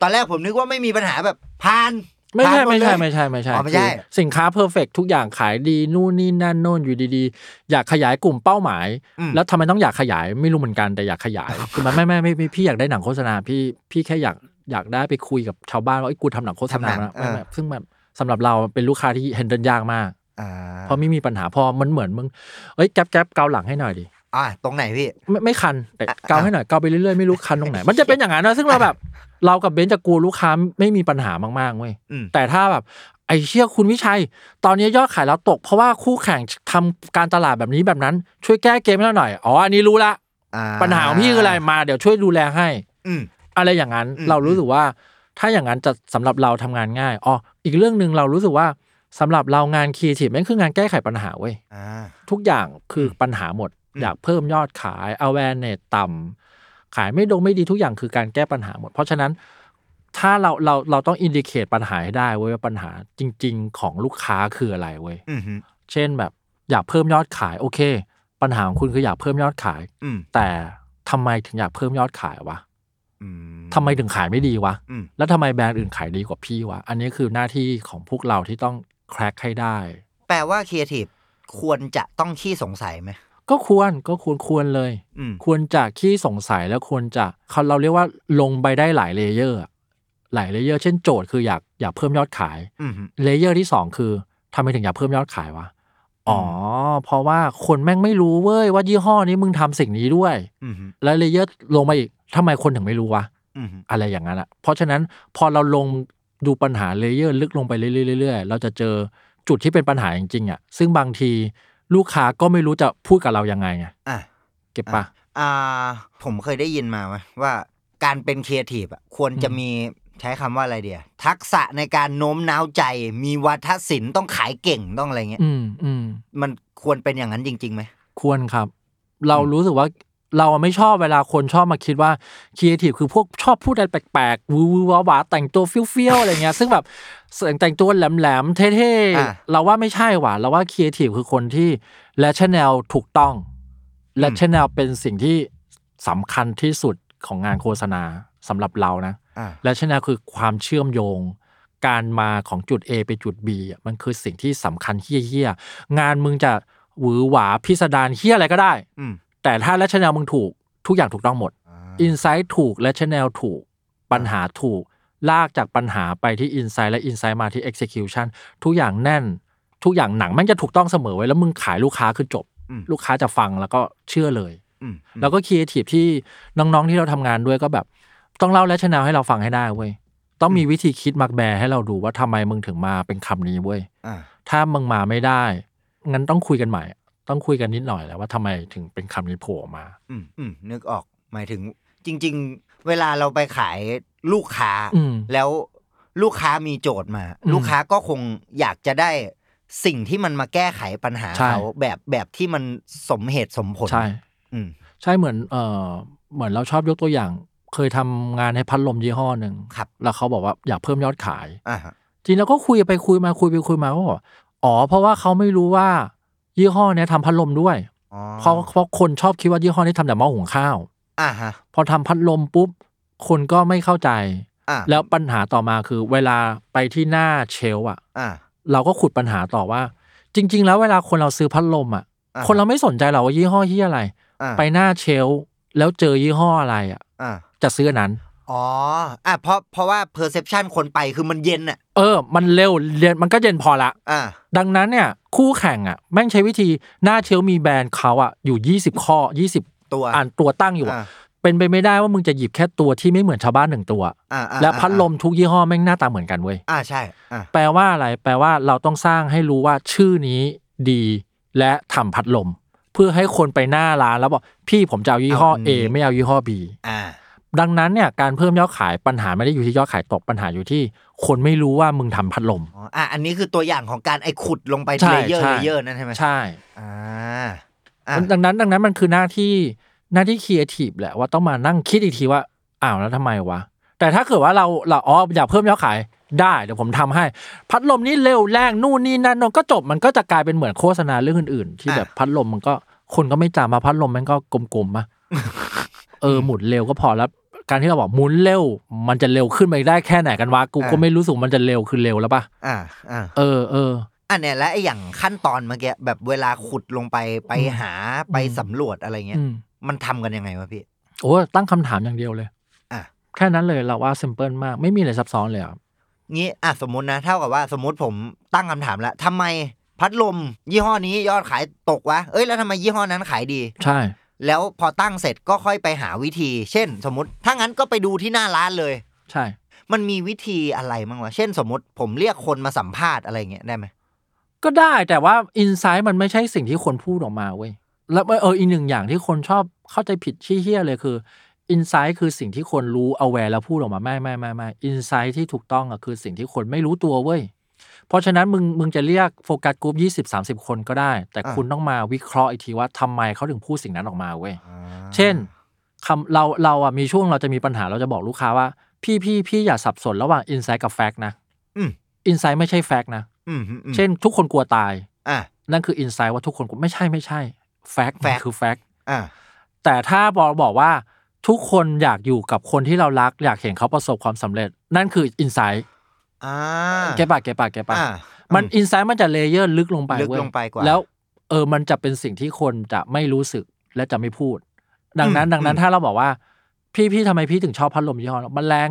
ตอนแรกผมนึกว่าไม่มีปัญหาแบบผ่าน ไม่ ผ่า ใช่ นหด ไม่ใช่ เลย ไม่ใช่ไม่ใช่ อ๋อไม่ใช่ คือสินค้าเพอร์เฟกทุกอย่างขายดีนู่นนี่นั่นโน่นอยู่ดีๆ อยากขยายกลุ่มเป้าหมาย อืม แล้วทำไมต้องอยากขยายไม่รู้เหมือนกันแต่อยากขยาย คือมันไม่ไม่ไม่ไม่พี่อยากได้หนังโฆษณาพี่พี่แค่อยากอยากได้ไปคุยกับชาวบ้านว่าไอ้ยกูทำหนังโฆษณานะไม่ไม่ซึ่งแบบสำหรับเราเป็นลูกค้าที่เฮนเดิลยากมาก อ่า เพราะไม่มีปัญหาพอมันเหมือนมึงเอ้ยแก๊บแก๊บเกาหลังให้หน่อยดิ อ่าตรงไหนพี่ ไม่ไม่คันแต่เกาให้หน่อยเกาไปเรื่อยๆไม่รู้คันตรงไห (laughs) นมันจะเป็นอย่างนั้นนะซึ่งเราแบบ เรากับเบนซ์จะกลัวลูกค้าไม่มีปัญหามากๆเว้ย อืม แต่ถ้าแบบไอ้เชี่ยคุณวิชัย ตอนนี้ยอดขายเราตก เพราะว่าคู่แข่งทำการตลาดแบบนี้แบบนั้น ช่วยแก้เกมให้เราหน่อย อ๋อ อันนี้รู้ละ อ่ ปัญหาของพี่คืออะไรมา เดี๋ยวช่วยดูแลให้ อืม อะไรอย่างนั้น อืม เรารู้สึกว่า ถ้าอย่างนั้นจะสำหรับเราทำงานง่ายอ๋ออีกเรื่องหนึ่งเรารู้สึกว่าสำหรับเรางานครีเอทีฟแม่งคืองานแก้ไขปัญหาเว้ย อ่า ทุกอย่างคือปัญหาหมด อืม อยากเพิ่มยอดขาย awareness ต่ำขายไม่ดงไม่ดีทุกอย่างคือการแก้ปัญหาหมด เพราะฉะนั้นถ้าเราเราเราต้องอินดิเคตปัญหาให้ได้เว้ยว่าปัญหาจริง ๆ ของลูกค้าคืออะไรเว้ย อืมฮึ เช่นแบบอยากเพิ่มยอดขายโอเค ปัญหาของคุณคืออยากเพิ่มยอดขาย อืม แต่ทำไมถึงอยากเพิ่มยอดขายวะ อืม ทำไมถึงขายไม่ดีวะ อืม แล้วทำไมแบรนด์อื่นขายดีกว่าพี่วะ อันนี้คือหน้าที่ของพวกเราที่ต้องแครกให้ได้ แปลว่าครีเอทีฟควรจะต้องขี้สงสัยไหม ก็ควรก็ควรควรเลย อืม ควรจะขี้สงสัยแล้วควรจะเขาเราเรียกว่าลงไปได้หลายเลเยอร์อะหลายเลเยอร์ เช่นโจทย์คืออยากอยากเพิ่มยอดขาย อืม เลเยอร์ที่สองคือทำไมถึงอยากเพิ่มยอดขายวะ อ๋อ เพราะว่าคนแม่งไม่รู้เว้ยว่ายี่ห้อนี้มึงทำสิ่งนี้ด้วย อืม แล้วเลเยอร์ลงมาอีกทำไมคนถึงไม่รู้วะ อืม อะไรอย่างนั้นอะเพราะฉะนั้นพอเราลงดูปัญหาเลเยอร์ลึกลงไปเรื่อยๆเรื่อยๆเราจะเจอจุดที่เป็นปัญหาจริงๆอะซึ่งบางทีลูกค้าก็ไม่รู้จะพูดกับเรายังไงไง อ่ะ เก็บปะ อ่าผมเคยได้ยินมาไหมว่าการเป็นครีเอทีฟอ่ะควรจะ อืม มีใช้คำว่าอะไรเดียทักษะในการโน้มน้าวใจ มีวัฒศิลป์ต้องขายเก่งต้องอะไรเงี้ย อืมอืม มันควรเป็นอย่างนั้นจริงๆไหม ควรครับ เรารู้สึกว่าเราไม่ชอบเวลาคนชอบมาคิดว่าครีเอทีฟคือพวกชอบพูดอะไรแปลกๆวือๆว้าวาแต่งตัวเฟี้ยวๆอะไรเงี้ย ซึ่งแบบแต่งตัวแหลมๆเท่ อ่ะ ๆเราว่าไม่ใช่หว่าเราว่าครีเอทีฟคือคนที่และชแนลถูกต้อง และชแนลเป็นสิ่งที่สำคัญที่สุดของงานโฆษณาสำหรับเรานะ อ่า และชนะคือความเชื่อมโยง การมาของจุด A ไปจุด B อ่ะมันคือสิ่งที่สำคัญเฮี้ยๆ งานมึงจะหวือหวาพิสดารเฮี้ยอะไรก็ได้ อืม แต่ถ้าและชนะมึงถูกทุกอย่างถูกต้องหมด อินไซต์ถูกและชแนลถูก ปัญหาถูก ลากจากปัญหาไปที่อินไซต์และอินไซต์มาที่ Execution ทุกอย่างแน่น ทุกอย่างหนังแมันจะถูกต้องเสมอไว้ยแล้วมึงขายลูกค้าคือจบ อืม ลูกค้าจะฟังแล้วก็เชื่อเลย อืมอืม แล้วก็ครีเอทีฟที่น้องๆที่เราทำงานด้วยก็แบบ ต้องเล่าและชนะให้เราฟังให้ได้เว้ย ต้องมีวิธีคิดมักแบร์ให้เราดูว่าทำไมมึงถึงมาเป็นคำนี้เว้ย อ่า ถ้ามึงมาไม่ได้ งั้นต้องคุยกันใหม่ ต้องคุยกันนิดหน่อยแหล้วว่าทำไมถึงเป็นคำนี้โผล่ออกมา อืมอืมนึกออกหมายถึงจริง ๆ เวลาเราไปขายลูกค้า อืม แล้วลูกค้ามีโจทย์มา อืม ลูกค้าก็คงอยากจะได้สิ่งที่มันมาแก้ไขปัญหา ใช่ เขาแบบแบบที่มันสมเหตุสมผล ใช่ อืม ใช่เหมือนเออเหมือนเราชอบยกตัวอย่าง เคยทำงานให้พัดลมยี่ห้อหนึ่ง ครับ แล้วเขาบอกว่าอยากเพิ่มยอดขาย อ่าฮะ จริงแล้วก็คุยไปคุยมาคุยไปคุยมาก็บอกอ๋อ เพราะว่าเขาไม่รู้ว่ายี่ห้อเนี้ยทำพัดลมด้วย อ๋อ เพราะเพราะคนชอบคิดว่ายี่ห้อนี้ทำแต่หม้อหุงข้าว อ่าฮะ พอทำพัดลมปุ๊บ คนก็ไม่เข้าใจ อ่า แล้วปัญหาต่อมาคือเวลาไปที่หน้าเชลฟ์อ่ะ อ่า เราก็ขุดปัญหาต่อว่า จริง ๆ แล้วเวลาคนเราซื้อพัดลมอ่ะ อ่า คนเราไม่สนใจหรอกว่ายี่ห้อที่อะไร อ่า ไปหน้าเชลฟ์แล้วเจอยี่ห้ออะไรอ่ะ อ่า จะซื้ออันนั้น อ๋ออ่ะเพราะเพราะว่า perception คนไปคือมันเย็นอ่ะ เออ มันเร็วเรียนมันก็เย็นพอละ อ่า ดังนั้นเนี่ยคู่แข่งอ่ะแม่งใช้วิธีหน้าเชลฟ์มีแบรนด์เขาอ่ะอยู่ 20 ข้อ 20 ตัว อ่านตัวตั้งอยู่อะ อ่า เป็นไปไม่ได้ว่ามึงจะหยิบแค่ตัวที่ไม่เหมือนชาวบ้านหนึ่งตัว อ่าอ่า และพัดล อ มทุกยี่ห้อแม่งหน้าตาเหมือนกันเว้ย ่าอ่าใช่อ่า แปลว่าอะไร แปลว่าเราต้องสร้างให้รู้ว่าชื่อนี้ดี และทำพัดลม เพื่อให้คนไปหน้าร้านแล้วบอกพี่ผมจะเอายี่ห้อ A ไม่เอายี่ห้อ B อ่า ดังนั้นเนี่ยการเพิ่มยอดขายปัญหาไม่ได้อยู่ที่ยอดขายตกปัญหาอยู่ที่ คนไม่รู้ว่ามึงทำพัดลม อ๋ออ่ะอันนี้คือตัวอย่างของการไอ้ขุดลงไป ใช่ เลเยอร์ ใช่ เลเยอร์นั่นใช่ไหม ใช่ อ่าอ่า ดังนั้นดังนั้นมันคือหน้าที่หน้าที่ครีเอทีฟแหละว่าต้องมานั่งคิดอีกทีว่าอ้าวแล้วทำไมวะ แต่ถ้าเกิดว่าเราเราอ๋ออยากเพิ่มยอดขายได้เดี๋ยวผมทำให้ พัดลมนี่เร็วแรงนู่นนี่นั่นนนก็จบมันก็จะกลายเป็นเหมือนโฆษณาเรื่องอื่นๆ ที่แบบพัดลมมันก็คนก็ไม่จำมาพัดลมมันก็กลมๆมาเออหมุนเร็วก็พอแล้วการที่เราบอกหมุนเร็ว มันจะเร็วขึ้นไปได้แค่ไหนกันวะกูก็ไม่รู้สึกมันจะเร็วคือเร็วแล้วป่ะ อ่าอ่า เออเออ อันเนี้ยและไอ้อย่างขั้นตอนเมื่อกี้แบบเวลาขุดลงไปไป อืม หาไป อืม สำรวจอะไรเงี้ย อืม มันทำกันยังไงวะพี่ โอ้ตั้งคำถามอย่างเดียวเลย อ่ะ แค่นั้นเลยเราว่า s ิมเพิลมาก ไม่มีอะไรซับซ้อนเลยอ่ะ งี้อ่ะสมมตินะเท่ากับว่าสมมติผมตั้งคำถามแล้วทำไมพัดลม ยี่ห้อนี้ยอดขายตกวะเอ้ยแล้วทำไมยี่ห้อนั้นขายดี ใช่ แล้วพอตั้งเสร็จก็ค่อยไปหาวิธี เช่น สมมติถ้างั้นก็ไปดูที่หน้าร้านเลย ใช่ มันมีวิธีอะไรมั้งวะเช่น สมมติผมเรียกคนมาสัมภาษณ์อะไรเงี้ยได้ไหม ก็ได้แต่ว่าอินไซ h ์มันไม่ใช่สิ่งที่คนพูดออกมาเว้ยแล้วเอออีกหนึ่งอย่างที่คนชอบเข้าใจผิดชี้เฮี้ยเลยคืออินไซ h ์คือสิ่งที่คนรู้ a อ a r e แล้วพูดออกมาไม่ไม่ไม่ไม่อินไซ h ์ที่ถูกต้องอ่ะคือสิ่งที่คนไม่รู้ตัวเว้ยเพราะฉะนั้นมึงมึงจะเรียกโฟกัสกลุ่มยี่สิบสาสิบคนก็ได้ แต่คุณต้องมาวิเคราะห์อีกทีว่าทำไมเขาถึงพูดสิ่งนั้นออกมาเว้ย เช่นคำเราเราอ่ะมีช่วงเราจะมีปัญหาเราจะบอกลูกค้าว่า พี่พี่พี่อย่าสับสนระหว่างอินไซต์กับแฟกต์นะ อืม อินไซต์ไม่ใช่แฟกต์นะ อืมอืมอืม เช่นทุกคนกลัวตาย อ่ะ นั่นคืออินไซต์ว่าทุกคนกลัวไม่ใช่ไม่ใช่แฟกต์ fact คือแฟกต์ อ่ะ แต่ถ้าบอกบอกว่า ทุกคนอยากอยู่กับคนที่เรารัก อยากเห็นเขาประสบความสำเร็จ นั่นคืออินไซต์ อ่า แกปะแกปะแกปะ อ่า มัน อื อินไซต์มันจะเลเยอร์ลึกลงไป ลึก เว้ย ลงไปกว่า แล้วเออมันจะเป็นสิ่งที่คนจะไม่รู้สึกและจะไม่พูด ดังนั้น อืม ดังนั้น อืม ถ้าเราบอกว่า พี่พี่ทำไมพี่ถึงชอบพัดลมยี่ห้อนั้นมันแรง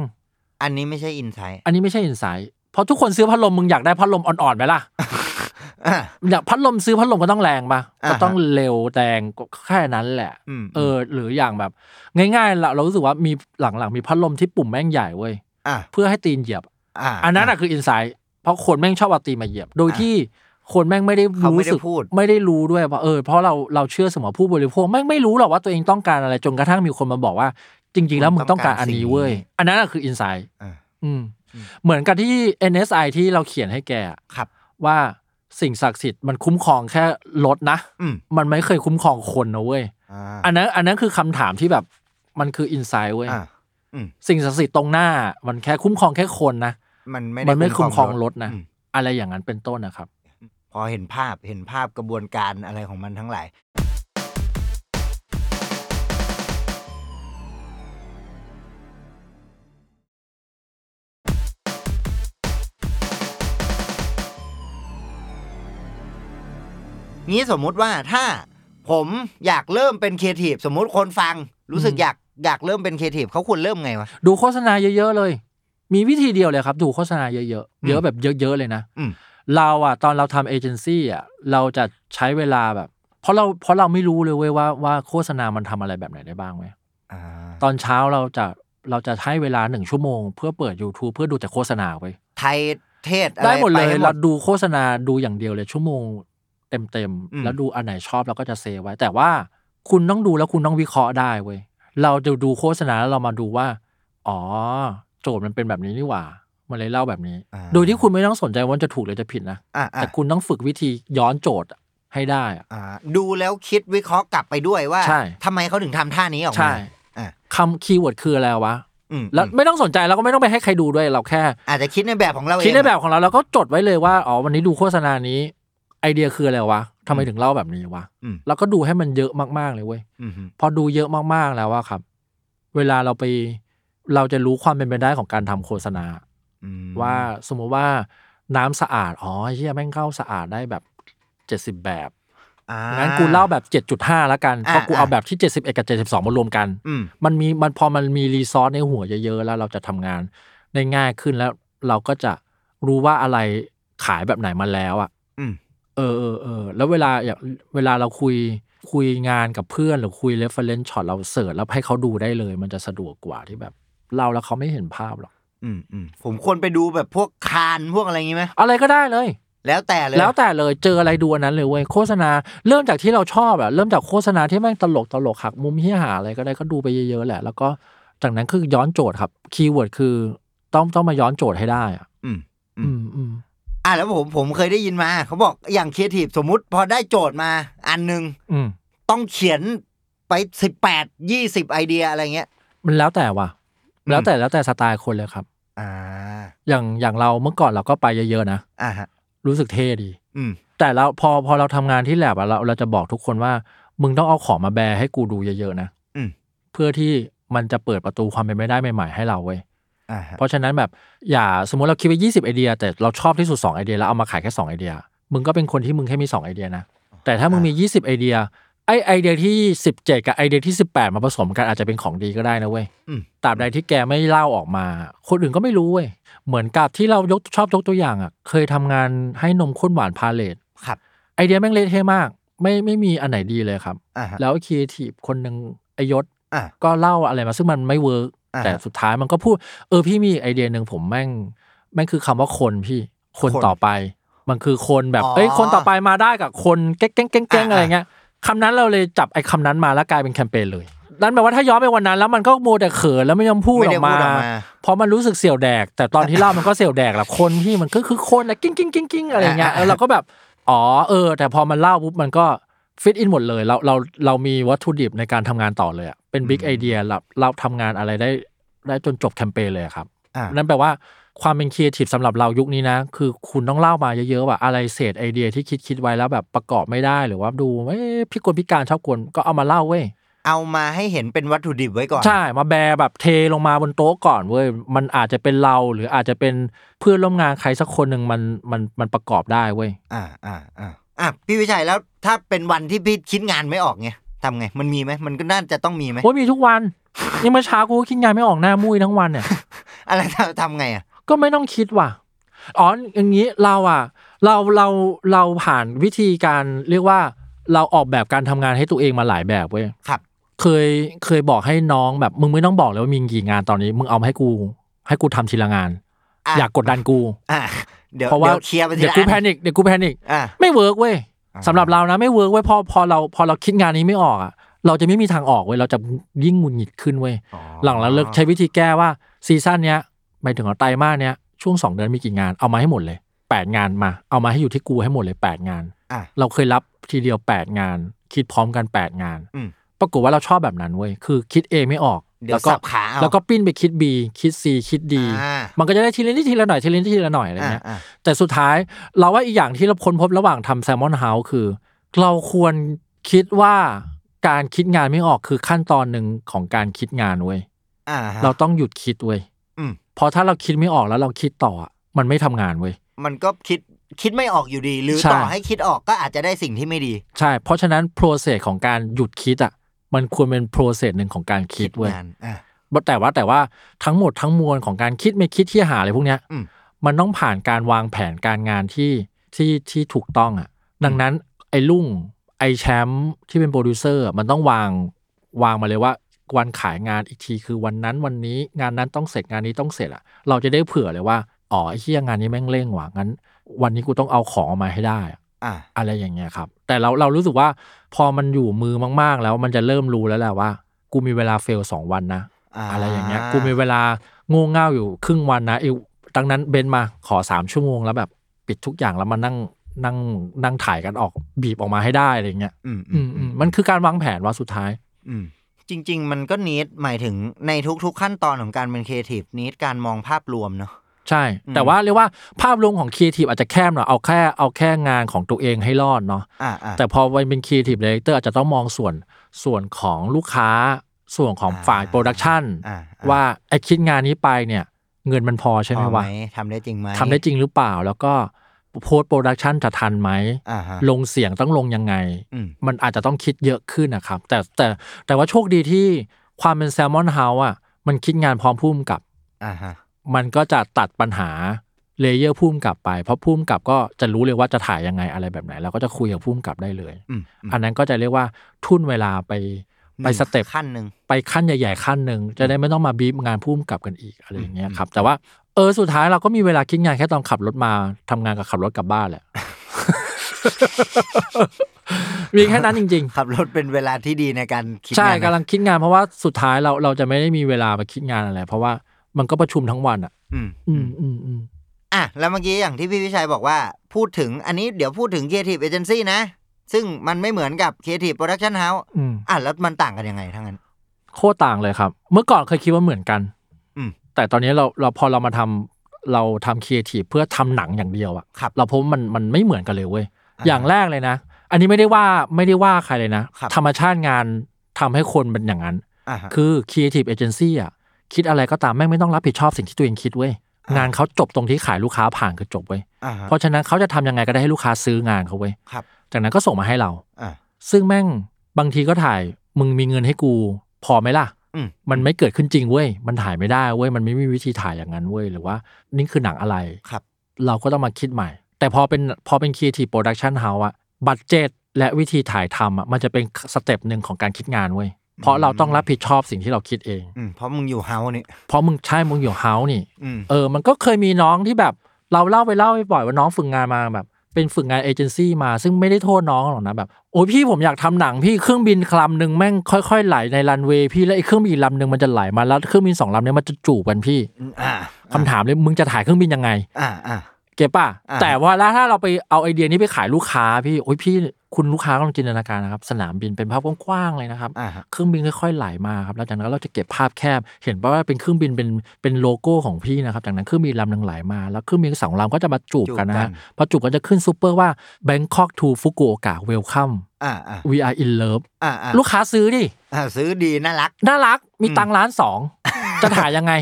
อันนี้ไม่ใช่อินไซต์ อันนี้ไม่ใช่อินไซต์เพราะทุกคนซื้อพัดลมมึงอยากได้พัดลมอ่อนๆไหมล่ะ อ่า อยากพัดลมซื้อพัดลมก็ต้องแรงปะ อ่าฮะ ก็ต้องเร็วแรงก็แค่นั้นแหละ ม เออ หรืออย่างแบบ ง่ายๆเราเรารู้สึกว่ามีหลังๆมีพัดลมที่ปุ่มแม่งใหญ่เว้ย อ่า เพื่อให้ตีนเหยียบ อ่า อันนั้นอะคืออินไซต์เพราะคนแม่งชอบเอาตีนมาเหยียบ โดยที่คนแม่งไม่ได้ เขาไม่ได้รู้สึก พูด ไม่ได้รู้ด้วยว่าเออเพราะเราเราเชื่อเสมอผู้บริโภคแม่งไม่รู้หรอกว่าตัวเองต้องการอะไรจนกระทั่งมีคนมาบอกว่า จริง ๆ แล้วมึงต้องการอันนี้เว้ยอันนั้นอะคืออินไซต์ อ่า อืม อืม เหมือนกับที่ NSI ที่เราเขียนให้แกอะ ครับ ว่าสิ่งศักดิ์สิทธิ์มันคุ้มครองแค่รถนะ อืม มันไม่เคยคุ้มครองคนนะเว้ย อ่า อันนั้นอันนั้นคือคำถามที่แบบมันคืออินไซต์เว้ย อ่า สิ่งศักดิ์สิทธิ์ตรงหน้า มันแค่คุ้มครองแค่คนนะ มันไม่ มั ด้ นไม่คุ้มครองรถนะ อืม อะไรอย่างนั้นเป็นต้นนะครับ พอเห็นภาพเห็นภาพกระบวนการอะไรของมันทั้งหลาย งี้สมมุติว่าถ้าผมอยากเริ่มเป็นครีเอทีฟสมมุติคนฟัง รู้สึก อืม อยากอยากเริ่มเป็นครีเอทีฟเขาควรเริ่มไงวะ ดูโฆษณาเยอะๆเลย มีวิธีเดียวเลยครับ ดูโฆษณาเยอะ อืม ๆ เยอะแบบเยอะๆเลยนะ อืม เราอ่ะตอนเราทำเอเจนซี่อ่ะเราจะใช้เวลาแบบ เพราะเราเพราะเราไม่รู้เลยเว้ยว่าว่าโฆษณามันทำอะไรแบบไหนได้บ้างไหม อ่า ตอนเช้าเราจะเราจะให้เวลาหนึ่งชั่วโมง เพื่อเปิด YouTube เพื่อดูแต่โฆษณาไว้ย ไทยเทศอะไร ได้หมดเลย ป เราดูโฆษณาดูอย่างเดียวเลยชั่วโมงเต็ม อืม ๆแล้วดูอันไหนชอบเราก็จะเซฟไว้ แต่ว่าคุณต้องดูแล้วคุณต้องวิเคราะห์ได้เว้ยเราจะดูโฆษณาแล้วเรามาดูว่า อ๋อ โจทย์มันเป็นแบบนี้นี่หว่า มันเลยเล่าแบบนี้ อ่า โดยที่คุณไม่ต้องสนใจว่าจะถูกหรือจะผิดนะ อ่าอ่า แต่คุณต้องฝึกวิธีย้อนโจทย์ให้ได้อะ อ่าดูแล้วคิดวิเคราะห์กลับไปด้วยว่า ใช่ ทำไมเขาถึงทำท่านี้ออกมา ใช่ อ่า คำคีย์เวิร์ดคืออะไรวะ อืม แล้วไม่ต้องสนใจแล้วก็ไม่ต้องไปให้ใครดูด้วยเราแค่ อาจจะคิดในแบบของเราเอง คิดในแบบของเราแล้วก็จดไว้เลยว่า อ๋อ วันนี้ดูโฆษณานี้ ไอเดียคืออะไรวะทำไมถึงเล่าแบบนี้วะ อืม แล้วก็ดูให้มันเยอะมากๆเลยเว้ย อืมอืม พอดูเยอะมากๆแล้วว่าครับ เวลาเราไป เราจะรู้ความเป็นไปได้ของการทำโฆษณา อืม ว่าสมมุติว่าน้ำสะอาด อ๋อเฮียแม่งเข้าสะอาดได้แบบเจ็ดสิบ70 แบบ อ่า งั้นกูเล่าแบบเจ็ดจุดห้าละกัน อ่า เพราะกู อ่า เอาแบบที่เจ็ดสิบเอ็ดกับเจ็ดสิบสองมารวมกัน อืม มันมีมันพอมันมีรีซอสในหัวเยอะๆ แล้วเราจะทำงานได้ง่ายขึ้นแล้วเราก็จะรู้ว่าอะไรขายแบบไหนมาแล้วอ่ะ อืม เออเออเออแล้วเวลาอย่างเวลาเราคุยคุยงานกับเพื่อนหรือคุยเรฟเฟรนซ์ช็อตเราเสิร์ชแล้วให้เขาดูได้เลย มันจะสะดวกกว่าที่แบบเราแล้วเขาไม่เห็นภาพหรอก อืมอืมผมควรไปดูแบบพวกคานพวกอะไรอย่างงี้ไหม อะไรก็ได้เลย แล้วแต่เลย แล้วแต่เลยเจออะไรดูอันนั้นเลยเว้ยโฆษณาเริ่มจากที่เราชอบอะเริ่มจากโฆษณาที่แม่งตลกตลกหักมุมเฮี้ยหาอะไรก็ได้ก็ดูไปเยอะๆแหละ แล้วก็จากนั้นคือย้อนโจทย์ครับคีย์เวิร์ดคือต้องต้องมาย้อนโจทย์ให้ได้อะ อืม อื อื ม มอืม อ่าแล้วผมผมเคยได้ยินมาเขาบอกอย่างครีเอทีฟสมมุติพอได้โจทย์มาอันหนึ่ง อืม ต้องเขียนไปสิบแปดยี่สิบไอเดียอะไรเงี้ย มันแล้วแต่ว่ะ อืม แล้วแต่แล้วแต่สไตล์คนเลยครับ อ่า อย่างอย่างเราเมื่อก่อนเราก็ไปเยอะๆนะ อ่าฮะ รู้สึกเท่ดี อืม แต่เราพอพอเราทำงานที่แลบอะเราเราจะบอกทุกคนว่า มึงต้องเอาของมาแบร์ให้กูดูเยอะๆนะ อืม เพื่อที่มันจะเปิดประตูความเป็นไปได้ใหม่ๆให้เราเว้ย อ่าฮะ เพราะฉะนั้นแบบอย่าสมมติเราคิดไว้20 ไอเดีย แต่เราชอบที่สุด 2 ไอเดียแล้วเอามาขายแค่ 2 ไอเดีย มึงก็เป็นคนที่มึงแค่มี 2 ไอเดียนะ แต่ถ้ามึงมี 20 ไอเดียไอไอเดียที่ 17 กับไอเดียที่ 18 มาผสมกันอาจจะเป็นของดีก็ได้นะเว้ย อืม ตราบใดที่แกไม่เล่าออกมา คนอื่นก็ไม่รู้เว้ยเหมือนกับที่เรายกชอบยกตัวอย่างอ่ะเคยทำงานให้นมข้นหวานพาเลต ครับ ไอเดียแม่งเละเทะมาก ไม่ไม่มีอันไหนดีเลยครับ อ่าฮะ แล้วครีเอทีฟคนหนึ่งไอยศ อ่า ก็เล่าอะไรมาซึ่งมันไม่เวิร์ก อ่าฮะ แต่สุดท้ายมันก็พูด เออพี่มีไอเดียหนึ่งผมแม่งแม่งคือคำว่าคนพี่คน คน ต่อไป มันคือคนแบบ อ๋อ เอ้ยคนต่อไปมาได้กับคนเก้งเก้งเก้งเก้ง อ่า อะไรเงี้ยคำนั้นเราเลยจับไอ้คำนั้นมาแล้วกลายเป็นแคมเปญเลยนั่นแปลว่าถ้าย้อนไปวันนั้นแล้วมันก็โมวแต่เขินแล้วไม่ยอมพูด ไม่ อ ได้ อกมา พูดออกมา เพราะมันรู้สึกเสี่ยวแดก แต่ตอนที่เล่ามันก็เสี่ยวแดกแหละ (laughs) คนพี่มันก็คือคนนะกิ้งกิ้งกิ้งกิ้งอะไรเงี้ย อ่า แล้วเราก็แบบอ๋อเออ แต่พอมันเล่าปุ๊บมันก็ฟิตอินหมดเลยเราเราเรามีวัตถุดิบในการทำงานต่อเลยอะเป็นบิ๊ก อืม ไอเดียเราเราทำงานอะไรได้ได้จนจบแคมเปญเลยอะครับ อ่า นั่นแปลว่าความเป็นครีเอทีฟสำหรับเรายุคนี้นะ คือคุณต้องเล่ามาเยอะๆว่าอะไรเศษไอเดียที่คิดคิดไว้แล้วแบบประกอบไม่ได้หรือว่าดูเอ้ยพี่กลพิการชอบกลก็เอามาเล่าเว้ย เอามาให้เห็นเป็นวัตถุดิบไว้ก่อน ใช่มาแบร์แบบเทลงมาบนโต๊ะก่อนเว้ยมันอาจจะเป็นเราหรืออาจจะเป็นเพื่อนร่วมงานใครสักคนหนึ่งมันมันมันประกอบได้เว้ย อ่าอ่าอ่าอ่ะพี่วิชัยแล้วถ้าเป็นวันที่พี่คิดงานไม่ออกไงทำไง มันมีไหมมันก็น่าจะต้องมีไหม โอ้ยมีทุกวันนี่เมื่อเช้ากูก็คิดงานไม่ออกหน้ามุ้ยทั้งวันเนี่ย อะไรทำทำไงอ่ะ ก็ไม่ต้องคิดว่ะอ๋ออย่างนี้เราอ่ะ เราเราเราผ่านวิธีการเรียกว่าเราออกแบบการทำงานให้ตัวเองมาหลายแบบเว้ย ครับ เคยเคยบอกให้น้องแบบมึงไม่ต้องบอกเลยว่ามีกี่งานตอนนี้ มึงเอามาให้กู ให้กูทำทีละงาน อ่ะ อยากกดดันกู อ่ะเดี๋ยว เพราะว่า ดี๋ยวเคลียร์ไปที เดี๋ยว ละ กูแพ อัน นิคเดี๋ยวกูแพนิค อ่ะ ไม่เวิร์กเว้ย อ่า สำหรับเรานะไม่เวิร์กเว้ยพอพอเราพอเราคิดงานนี้ไม่ออกอ่ะ เราจะไม่มีทางออกเว้ยเราจะยิ่งหงุดหงิดขึ้นเว้ย หลังแล้วเลิกใช้วิธีแก้ว่าซีซั่นเนี้ยหมายถึงเอาไตรมาสเนี้ยช่วงสองเดือนมีกี่งานเอามาให้หมดเลย 8 งานมา เอามาให้อยู่ที่กูให้หมดเลย 8 งาน อ่ะ เราเคยรับทีเดียว 8 งาน คิดพร้อมกัน 8 งาน อืม ปรากฏว่าเราชอบแบบนั้นเว้ยคือคิด A ไม่ออก เดี๋ย แล้ว วก็ สับขาเอา แล้วก็ปิ้นไปคิด B คิด C คิด D อ่า มันก็จะได้ทีละนิดทีละหน่อยทีละนิดทีละหน่อยอะไร อ่า เงี้ย อ่า แต่สุดท้ายเราว่าอีกอย่างที่เราค้นพบระหว่างทำแซลมอนเฮาส์คือ เราควรคิดว่าการคิดงานไม่ออกคือขั้นตอนหนึ่งของการคิดงานเว้ย อ่าฮะ เราต้องหยุดคิดเว้ย อืม เพราะถ้าเราคิดไม่ออกแล้วเราคิดต่ออะมันไม่ทำงานเว้ย มันก็คิดคิดไม่ออกอยู่ดี หรือ ใช่ ต่อให้คิดออกก็อาจจะได้สิ่งที่ไม่ดี ใช่ เพราะฉะนั้น process ของการหยุดคิดอ่ะ มันควรเป็น process หนึ่งของการคิดเว้ย งานอ่ะ แต่ว่าแต่ว่าทั้งหมดทั้งมวลของการคิดไม่คิดที่หาอะไรพวกเนี้ย อืม มันต้องผ่านการวางแผนการงานที่ที่ที่ถูกต้องอ่ะ ดังนั้นไอ้ลุงไอ้แชมป์ที่เป็นโปรดิวเซอร์อะมันต้องวางวางมาเลยว่าวันขายงานอีกทีคือวันนั้นวันนี้งานนั้นต้องเสร็จงานนี้ต้องเสร็จอ่ะ เราจะได้เผื่อเลยว่าอ๋อไอ้เหี้ยงานนี้แม่งเร่งว่ะงั้น วันนี้กูต้องเอาของออกมาให้ได้อะ อ่ะ อะไรอย่างเงี้ยครับ แต่เราเรารู้สึกว่าพอมันอยู่มือมาก ๆ แล้วมันจะเริ่มรู้แล้วแหละว่า กูมีเวลาเฟลสองวันนะ า อะไรอย่างเงี้ย กูมีเวลาโง่เง่าอยู่ครึ่งวันนะไอ้ดังนั้นเบนมาขอสามชั่วโมงแล้วแบบปิดทุกอย่างแล้วมานั่งนั่งนั่งถ่ายกันออกบีบออกมาให้ได้อะไรอย่างเงี้ย อืม อืมอืมมันคือการวางแผนว่าสุดท้าย อืมจริง ๆ มันก็นิดหมายถึงในทุก ๆ ขั้นตอนของการเป็นครีเอทีฟนิดการมองภาพรวมเนาะ ใช่ อืม แต่ว่าเรียกว่าภาพรวมของครีเอทีฟอาจจะแคบหน่อยเอาแค่เอาแค่งานของตัวเองให้รอดเนาะ อ่าอ่า แต่พอมันเป็นครีเอทีฟเ d เตอร์อาจจะต้องมองส่วนส่วนของลูกค้าส่วนของ อ่า ฝ่ายโปรดักชัน อ่าอ่า ว่าไอคิดงานนี้ไปเนี่ย เงินมันพอใช่ไหม พอ วะ ทำได้จริงไหม ทำได้จริงหรือเปล่า แล้วก็โพสโปรดักชันจะทันไหม อ่าฮะ ลงเสียงต้องลงยังไง อืม มันอาจจะต้องคิดเยอะขึ้นนะครับ แต่แต่แต่ว่าโชคดีที่ความเป็นแซลมอนเฮาส์อ่ะมันคิดงานพร้อมพุ่มกับ อ่าฮะ มันก็จะตัดปัญหาเลเยอร์พุ่มกับไป เพราะพุ่มกับก็จะรู้เลยว่าจะถ่ายยังไงอะไรแบบไหน แล้วก็จะคุยกับพุ่มกับได้เลย อืมอืม อันนั้นก็จะเรียกว่าทุ่นเวลาไปไป หนึ่ง สเต็ป ขั้นหนึ่ง ไปขั้นใหญ่ ๆ ขั้นหนึ่งจะได้ไม่ต้องมาบีบงานพุ่มกับกันอีกอะไรอย่างเงี้ยครับ แต่ว่าเออสุดท้ายเราก็มีเวลาคิดงานแค่ตอนขับรถมาทำงานกับขับรถกลับบ้านแหละ (laughs) มีแค่นั้นจริง ขับรถเป็นเวลาที่ดีในการคิด ๆ ใช่ งานนะ กำลังคิดงานเพราะว่าสุดท้ายเราเราจะไม่ได้มีเวลามาคิดงานอะไร เพราะว่ามันก็ประชุมทั้งวันอ่ะ อืม อืมอืมอืม อ่ะ แล้วเมื่อกี้อย่างที่พี่วิชัยบอกว่าพูดถึงอันนี้เดี๋ยวพูดถึง Creative Agency นะ ซึ่งมันไม่เหมือนกับ Creative Production House อืม อ่ะ แล้วมันต่างกันยังไงทั้งนั้น โคตรต่างเลยครับ เมื่อก่อนเคยคิดว่าเหมือนกัน อืม แต่ตอนนี้เราเราพอเรามาทำเราทำครีเอทีฟเพื่อทำหนังอย่างเดียวอะ ครับ เราพบมันมันไม่เหมือนกันเลยเว้ย อ่า อย่างแรกเลยนะ อันนี้ไม่ได้ว่าไม่ได้ว่าใครเลยนะ ครับ ธรรมชาติงานทำให้คนเป็นอย่างนั้น อ่าฮะ คือครีเอทีฟเอเจนซี่อะคิดอะไรก็ตามแม่งไม่ต้องรับผิดชอบสิ่งที่ตัวเองคิดเว้ย อ่าง งานเขาจบตรงที่ขายลูกค้าผ่านคือจบเว้ย อ่าฮะ เพราะฉะนั้นเขาจะทำยังไงก็ได้ให้ลูกค้าซื้องานเขาเว้ย ครับ จากนั้นก็ส่งมาให้เรา อ่า ซึ่งแม่งบางทีก็ถ่ายมึงมีเงินให้กูพอไหมล่ะ อืม มันไม่เกิดขึ้นจริงเว้ย มันถ่ายไม่ได้เว้ย มันไม่มีวิธีถ่ายอย่างนั้นเว้ย หรือว่านี่คือหนังอะไร ครับ เราก็ต้องมาคิดใหม่ แต่พอเป็นพอเป็น Creative Production House อะบัตเจตและวิธีถ่ายทำอะมันจะเป็นสเต็ปหนึ่งของการคิดงานเว้ย เพราะเราต้องรับผิดชอบสิ่งที่เราคิดเอง อืมเพราะมึงอยู่เฮาส์นี่ เพราะมึงใช่มึงอยู่เฮาส์นี่ อืม เออ มันก็เคยมีน้องที่แบบ เราเล่าไปเล่าไปบ่อยว่าน้องฝึกงานมาแบบ เป็นฝึกงานเอเจนซี่มา ซึ่งไม่ได้โทษน้องหรอกนะแบบโอ้ยพี่ผมอยากทำหนังพี่เครื่องบินคลำหนึ่งแม่งค่อยๆไหลในรันเวย์พี่แล้วไอ้เครื่องบินอีกลำหนึ่งมันจะไหลมาแล้วเครื่องบินสองลำเนี้ยมันจะจูบกันพี่ อ่า คำถามเลยมึงจะถ่ายเครื่องบินยังไง อ่าอ่า เก็บป่ะ อ่า แต่ว่าแล้วถ้าเราไปเอาไอเดียนี้ไปขายลูกค้าพี่โอ้ยพี่ คุณลูกค้ากำลังจินตนาการนะครับ สนามบินเป็นภาพกว้างๆเลยนะครับ อ่าฮะ เครื่องบินค่อยๆไหลมาครับแล้วจากนั้นเราจะเก็บภาพแคบ เห็นป่ะว่าเป็นเครื่องบินเป็นเป็นโลโก้ของพี่นะครับ จากนั้นเครื่องบินลำหนึ่งไหลมา แล้วเครื่องบินสองลำก็จะมาจูบกันนะฮะ จูบกัน พอจูบกันจะขึ้นซูเปอร์ว่า Bangkok to Fukuoka welcome อ่าอ่า we are in love อ่าอ่า ลูกค้าซื้อดิ อ่าซื้อดีน่ารัก น่ารัก มี อืม ตังค์ล้านสอง จะถ่ายยังไง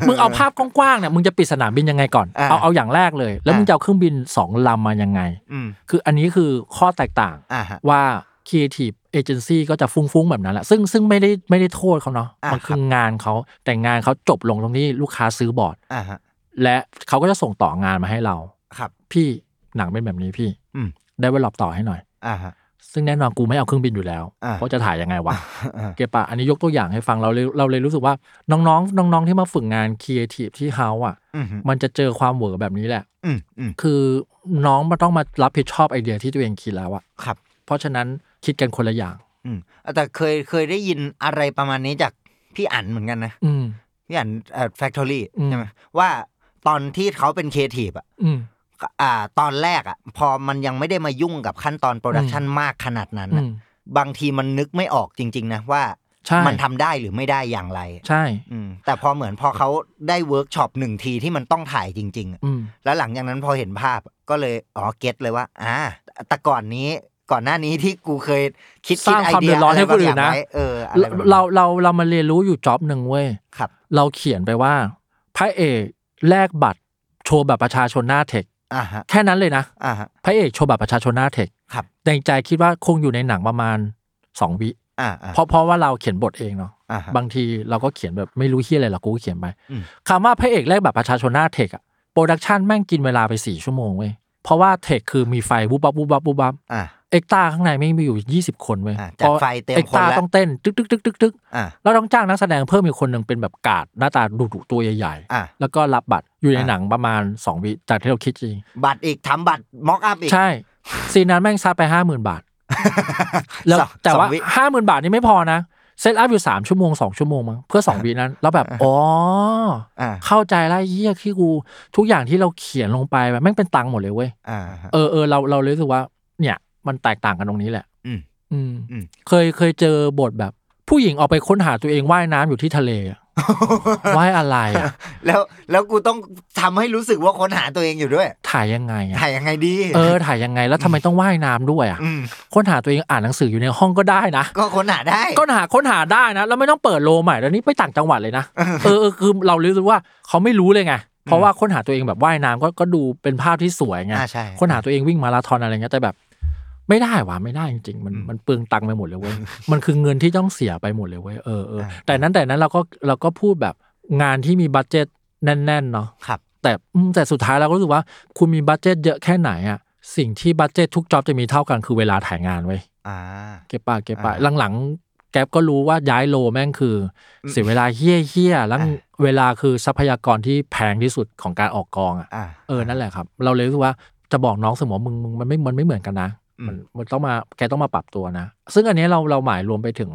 (laughs) มึงเอาภาพกว้างๆเนี่ย มึงจะปิดสนามบินยังไงก่อน อ่า เอาเอาอย่างแรกเลย แล้ว อ่ามึ มึงจะเอาเครื่องบินสองลำมายังไง อืม คืออันนี้คือข้อแตกต่าง อ่าฮะ ว่า Creative Agency ก็จะฟุ้งๆ แบบนั้นแหละ ซึ่งซึ่งไม่ได้ไม่ได้โทษเขาเนาะ อ่ามั มันคืองานเขาแต่งานเขาจบลงตรงที่ลูกค้าซื้อบอร์ด อ่าฮะ และเขาก็จะส่งต่องานมาให้เรา ครับ พี่หนังเป็นแบบนี้พี่ อืม ได้เวลอบต่อให้หน่อย อ่าฮะ ซึ่งแน่นอนกูไม่เอาเครื่องบินอยู่แล้ว อ่า เพราะจะถ่ายยังไงวะ อ่า เก็บปะอันนี้ยกตัวอย่างให้ฟังเราเลยเราเลยรู้สึกว่าน้องๆ น้องๆที่มาฝึกงานครีเอทีฟที่เฮาอ่ะ (laughs) อืมฮึ มันจะเจอความเหวอแบบนี้แหละ อืมอืม คือน้องมันต้องมารับผิดชอบไอเดียที่ตัวเองคิดแล้วอ่ะ ครับ เพราะฉะนั้นคิดกันคนละอย่าง อืมแต่เคยเคยได้ยินอะไรประมาณนี้จากพี่อั๋นเหมือนกันนะ อืม พี่อั๋นเอ่อแฟคทอรี่ อืม ใช่ไหมว่าตอนที่เขาเป็นเคทีฟอ่ะ อืม อ่าตอนแรกอ่ะ พอมันยังไม่ได้มายุ่งกับขั้นตอนโปรดักชันมากขนาดนั้น อื อะ ม บางทีมันนึกไม่ออกจริง ๆ นะว่า ใช่ มันทำได้หรือไม่ได้อย่างไร ใช่ อืมแต่พอเหมือนพอเขาได้เวิร์กช็อปหนึ่งทีที่มันต้องถ่ายจริงๆอะ อืม แล้วหลังจากนั้นพอเห็นภาพก็เลยอ๋อเก็ตเลยว่าอ่าแต่ก่อนนี้ก่อนหน้านี้ที่กูเคยคิด ส คิด ร้าง ไอ ความ เดี เดื ย อดร้อนให้ อะไร ค บาน งออื่ย่าง นนะ ไว้เอออะไรแบบนั้น เราเราเรามาเรียนรู้อยู่จ็อบหนึ่งเว้ย ครับ เราเขียนไปว่าพระเอกแลกบัตรโชว์แบบประชาชนหน้าเทค อ่าฮะ แค่นั้นเลยนะ อ่าฮะ พระเอกโชว์บัตรประชาชนหน้าเทค ครับ ในใจคิดว่าคงอยู่ในหนังประมาณสองวิ อ่าอ่า เพราะเพราะว่าเราเขียนบทเองเนาะ อ่าฮะ บางทีเราก็เขียนแบบไม่รู้เฮียอะไรหรอกกูก็เขียนไป อืม คำว่าพระเอกแรกบัตรประชาชนหน้าเทคอะโปรดักชันแม่งกินเวลาไปสี่ชั่วโมงเว้ย เพราะว่าเทคคือมีไฟบุบบับบุบบับบุบบับ อ่า เอ็กตาข้างในไม่งมีอยู่ยี่สิบคนเว้ย อ่ะจัดไฟเต็ม เอ็ก คน ตา ละ ต้องเต้นตึกตึกตึกตึกตึก อ่า แล้วต้องจ้างนักแสดงเพิ่มอีกคนหนึ่งเป็นแบบกาดหน้าตาดุดุตัวใหญ่ อ่า ๆ แล้วก็รับบัตรอยู่ใน อ่ะ หนังประมาณสองวิจากที่เราคิดจริง บัตรอีกทำบัตรม็อกอัพอีก ใช่ ซีนนั้นแม่งซัดไปห้าหมื่นบาท แล้ว สอง แต่ว่า สองวิ ห้าหมื่นบาทนี่ไม่พอนะ เซตอัพอยู่สามชั่วโมงสองชั่วโมงมั้งเพื่อสองวีนั้น แล้วแบบ อ๋อ อ่า เข้าใจละเฮียที่กู ทุกอย่างที่เราเขียนลงไปแบบแม่งเป็นตังค์หมดเลยเว้ย อ่าฮะ เออเออเราเราเลยรู้สึกว่า เนี่ย มันแตกต่างกันตรงนี้แหละ อืม อืม อืม เคยเคยเจอบทแบบ ผู้หญิงออกไปค้นหาตัวเองว่ายน้ำอยู่ที่ทะเลอะ ว่ายอะไรอะ (laughs) แล้วแล้วกูต้องทำให้รู้สึกว่าค้นหาตัวเองอยู่ด้วย ถ่ายยังไงอะ ถ่ายยังไงดี เออถ่ายยังไงแล้วทำไมต้องว่ายน้ำด้วยอะ ม ค้นหาตัวเองอ่านหนังสืออยู่ในห้องก็ได้นะ ก็ค้นหาได้ ก็หาค้นหาได้นะ แล้วไม่ต้องเปิดโลใหม่แล้วนี่ไปต่างจังหวัดเลยนะ เออเออคือเรารู้สึกว่าเขาไม่รู้เลยไง เพราะว่าค้นหาตัวเองแบบว่ายน้ำก็ก็ดูเป็นภาพที่สวยไง อ่าใช่ ค้นหาตัวเองวิ่งมาราธอนอะไรเงี้ยแต่แบบ ไม่ได้ว่ะไม่ได้จริงๆ มัน อืม มันเปลืองตังค์ไปหมดเลยเว้ยมันคือเงินที่ต้องเสียไปหมดเลยเว้ยเออเออ อ่า แต่นั้นแต่นั้นเราก็เราก็พูดแบบงานที่มีบัตเจ็ตแน่นๆเนาะ ครับ แต่อืมแต่สุดท้ายเราก็รู้สึกว่า คุณมีบัตเจ็ตเยอะแค่ไหนอะสิ่งที่บัตเจ็ตทุกจ็อบจะมีเท่ากันคือเวลาถ่ายงานเว้ย อ่า เก็บปะเก็บปะ อ่า หลังๆ แก๊ปก็รู้ว่าย้ายโลแม่งคืออ ม เสียเวลาเฮี้ยเฮี้ยๆแล้ว อ่า เวลาคือทรัพยากรที่แพงที่สุดของการออกกองอ่ะ อ่า เออนั่นแหละครับ เราเลยรู้สึกว่าจะบอกน้องเสมอมึงมึงมันไม่มันไม่เหมือนกันนะ อืม มันมันต้องมาแกต้องมาปรับตัวนะ ซึ่งอันนี้เราเราหมายรวมไปถึง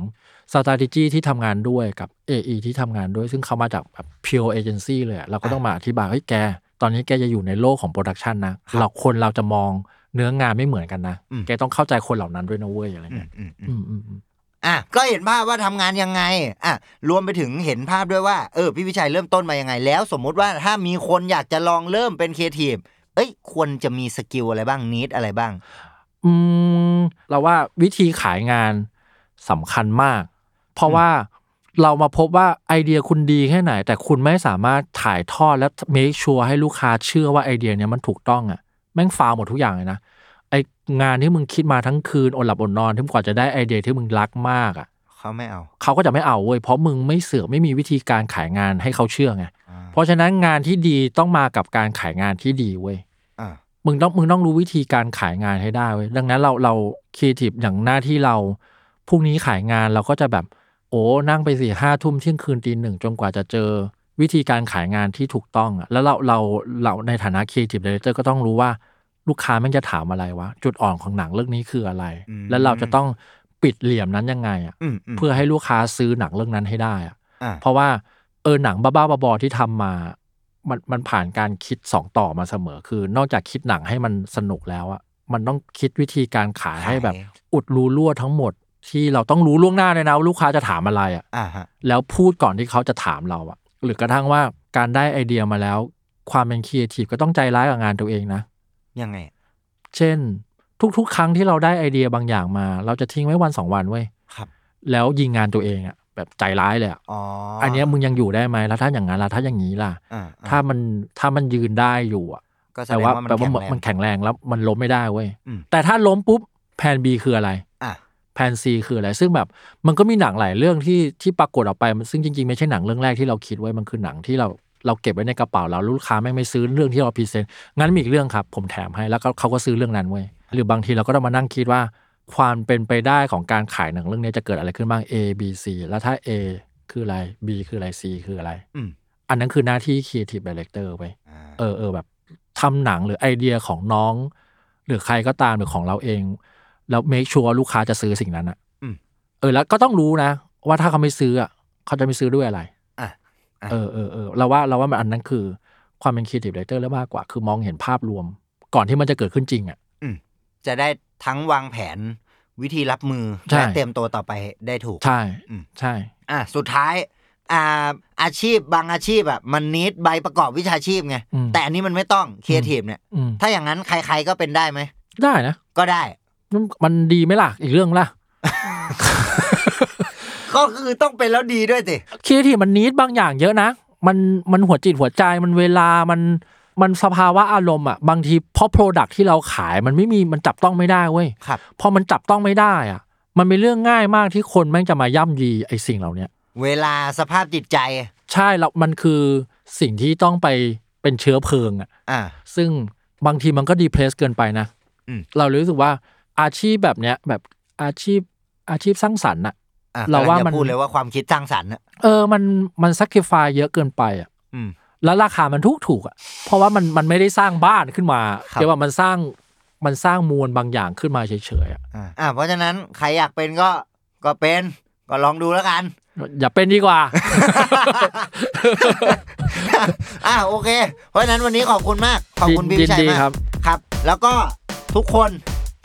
s t r a t e g y ที่ทำงานด้วยกับ AE ที่ทำงานด้วย ซึ่งเขามาจากแบบ pure agency เลยอะเราก็ต้องมาอธิบายเฮ้ยแก ตอนนี้แกจะอยู่ในโลกของโปรดักชันนะเราคนเราจะมองเนื้องานไม่เหมือนกันนะ อืม แกต้องเข้าใจคนเหล่านั้นด้วยนะเว้ยอะไร อื เงี้ย มอืมอืม อืมอืมอืม อ่ะก็เห็นภาพว่าทำงานยังไงอ่ะรวมไปถึงเห็นภาพด้วยว่าเออพี่วิชัยเริ่มต้นมายังไง แล้ว สมมุติว่าถ้ามีคนอยากจะลองเริ่มเป็นครีเอทีฟเอ้ยควรจะมีสกิลอะไรบ้างนิดอะไรบ้าง อืมเราว่าวิธีขายงานสำคัญมาก เพราะว่าเรามาพบว่าไอเดียคุณดีแค่ไหน แต่คุณไม่สามารถถ่ายทอดและ make sure ให้ลูกค้าเชื่อว่าไอเดียเนี้ยมันถูกต้องอะ่ะแม่งฟาวหมดทุกอย่างเลยนะไองานที่มึงคิดมาทั้งคืนอดหลับอดนอนถึงกว่าจะได้ไอเดียที่มึงรักมากอะ่ะ เขาไม่เอา เขาก็จะไม่เอาเว้ยเพราะมึงไม่เสือกไม่มีวิธีการขายงานให้เขาเชื่อไง อ่า เพราะฉะนั้นงานที่ดีต้องมากับการขายงานที่ดีเว้ย อ่า มึงต้องมึงต้องรู้วิธีการขายงานให้ได้เว้ยดังนั้นเราเราครีเอทีฟอย่างหน้าที่เราพรุ่งนี้ขายงานเราก็จะแบบ โอ้นั่งไปสี่ห้าทุ่มเที่ยงคืนตีหนึ่งจนกว่าจะเจอวิธีการขายงานที่ถูกต้องอะแล้วเราเราเราในฐานะครีเอทีฟเดเรคเตอร์ก็ต้องรู้ว่าลูกค้าแมันจะถามอะไรวะ จุดอ่อนของหนังเรื่องนี้คืออะไร อืม แล้วเราจะต้องปิดเหลี่ยมนั้นยังไงอะ อืมอืม เพื่อให้ลูกค้าซื้อหนังเรื่องนั้นให้ได้อะ อ่า เพราะว่าเออหนังบ้าๆบอๆที่ทำมา มันมันผ่านการคิดสองต่อมาเสมอ คือนอกจากคิดหนังให้มันสนุกแล้วอะ มันต้องคิดวิธีการขาย ขาย ให้แบบ อุดรูรั่วทั้งหมด ที่เราต้องรู้ล่วงหน้าเลยนะว่าลูกค้าจะถามอะไรอ่ะ อ่าฮะ แล้วพูดก่อนที่เขาจะถามเราอ่ะ หรือกระทั่งว่าการได้ไอเดียมาแล้ว ความเป็นครีเอทีฟก็ต้องใจร้ายกับงานตัวเองนะ ยังไง เช่น ทุกๆ ครั้งที่เราได้ไอเดียบางอย่างมา เราจะทิ้งไว้วันสองวันเว้ย ครับ แล้วยิงงานตัวเองอ่ะแบบใจร้ายเลยอ่ะ อ๋ออั อันเนี้ยมึงยังอยู่ได้ไหมแล้วถ้าอย่างนั้นล่ะถ้าอย่างนี้ล่ะ ถ้ามันถ้ามันยืนได้อยู่อ่ะ ก็แส แปดลง ว่า ว่ามัน แปลว่า แข็งแรง มันแข็งแรงแล้วมันล้มไม่ได้เว้ย อืม แต่ถ้าล้มปุ๊บแผน B คืออะไร อ่ะ แผน C คืออะไร ซึ่งแบบมันก็มีหนังหลายเรื่องที่ที่ปรากฏออกไปมันซึ่งจริงๆ ไม่ใช่หนังเรื่องแรกที่เราคิดไว้มันคือหนังที่เราเราเก็บไว้ในกระเป๋าเราลูกค้าไม่งไม่ซื้อเรื่องที่เราพรีเซนต์งั้นมีอีกเรื่องครับ ผมแถมให้แล้วก็เขาก็ซื้อเรื่องนั้นเว้ยหรือบางทีเราก็ต้องมานั่งคิดว่า ความเป็นไปได้ของการขายหนังเรื่องนี้จะเกิดอะไรขึ้นบ้าง A B C แล้วถ้า A คืออะไร B คืออะไร C คืออะไร อืม อันนั้นคือหน้าที่ Creative Director ไป อ่า เออเออแบบทำหนังหรือไอเดียของน้อง หรือใครก็ตามหรือของเราเองแล้วเมคชัวร์ลูกค้าจะซื้อสิ่งนั้นอะ อืม เออ แล้วก็ต้องรู้นะ ว่าถ้าเขาไม่ซื้ออะเขาจะไม่ซื้อด้วยอะไร อ่ะอ่ะ เออเออเออเราว่าเราว่ามันอันนั้นคือความเป็นครีเอทีฟดีเรคเตอร์แล้วมากกว่า คือมองเห็นภาพรวม ก่อนที่มันจะเกิดขึ้นจริงอะ จะได้ทั้งวางแผนวิธีรับมือ ใช่ และเตรียมตัวต่อไปได้ถูก ใช่ อืม ใช่ อ่ะสุดท้ายอ่าอาชีพบางอาชีพอ่ะมันนิดใบประกอบวิชาชีพไง อืม แต่อันนี้มันไม่ต้องครีเอทีฟเนี่ย อืม ถ้าอย่างนั้นใคร ๆก็เป็นได้ไหม ได้นะ ก็ได้ มันมันดีไหมล่ะอีกเรื่องล่ะ ก็คือต้องเป็นแล้วดีด้วยสิ ครีเอทีฟมันนิดบางอย่างเยอะนะ มันมันหัวจิตหัวใจมันเวลามันมันสภาวะอารมณ์อ่ะบางทีเพราะโปรดักที่เราขายมันไม่มีมันจับต้องไม่ได้เว้ย ครับ พอมันจับต้องไม่ได้อ่ะ มันเป็นเรื่องง่ายมากที่คนแม่งจะมาย่ำยีไอ้สิ่งเหล่าเนี้ย เวลาสภาพจิตใจ ใช่แล้วมันคือสิ่งที่ต้องไปเป็นเชื้อเพลิงอ่ะ อ่า ซึ่งบางทีมันก็ดีเพรสเกินไปนะ อืม เรารู้สึกว่าอาชีพแบบเนี้ยแบบอาชีพอาชีพสร้างสรรค์อ่ะ อ่ะ เราำว่าลังจะ มัน พูดเลยว่าความคิดสร้างสรรค์น่ะ เออมันมันสักคิฟายเยอะเกินไปอ่ะ อืม แล้วราคามันถูกถูกๆอ่ะ เพราะว่ามันมันไม่ได้สร้างบ้านขึ้นมา ครับ เรียกว่ามันสร้างมันสร้างมวลบางอย่างขึ้นมาเฉยๆอ่ะ อ่าอ่าเพราะฉะนั้นใครอยากเป็นก็ก็เป็นก็ลองดู (laughs) แล้วกัน อย่าเป็นดีกว่า อ่าโอเค เพราะฉะนั้นวันนี้ขอบคุณมากขอบคุณพี่ ยิ วิ น ชัย ดี มาก ครับ ครับ แล้วก็ทุกคน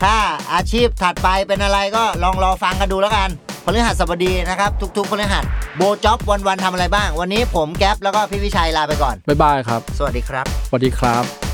ถ้าอาชีพถัดไปเป็นอะไรก็ลองรอฟังกันดูแล้วกันพฤหัสบดีนะครับ ทุกๆพฤหัสโบจ็อบวันๆทำอะไรบ้าง วันนี้ผมแก๊ปแล้วก็พี่วิชัยลาไปก่อน บ๊ายบายครับ สวัสดีครับ สวัสดีครับ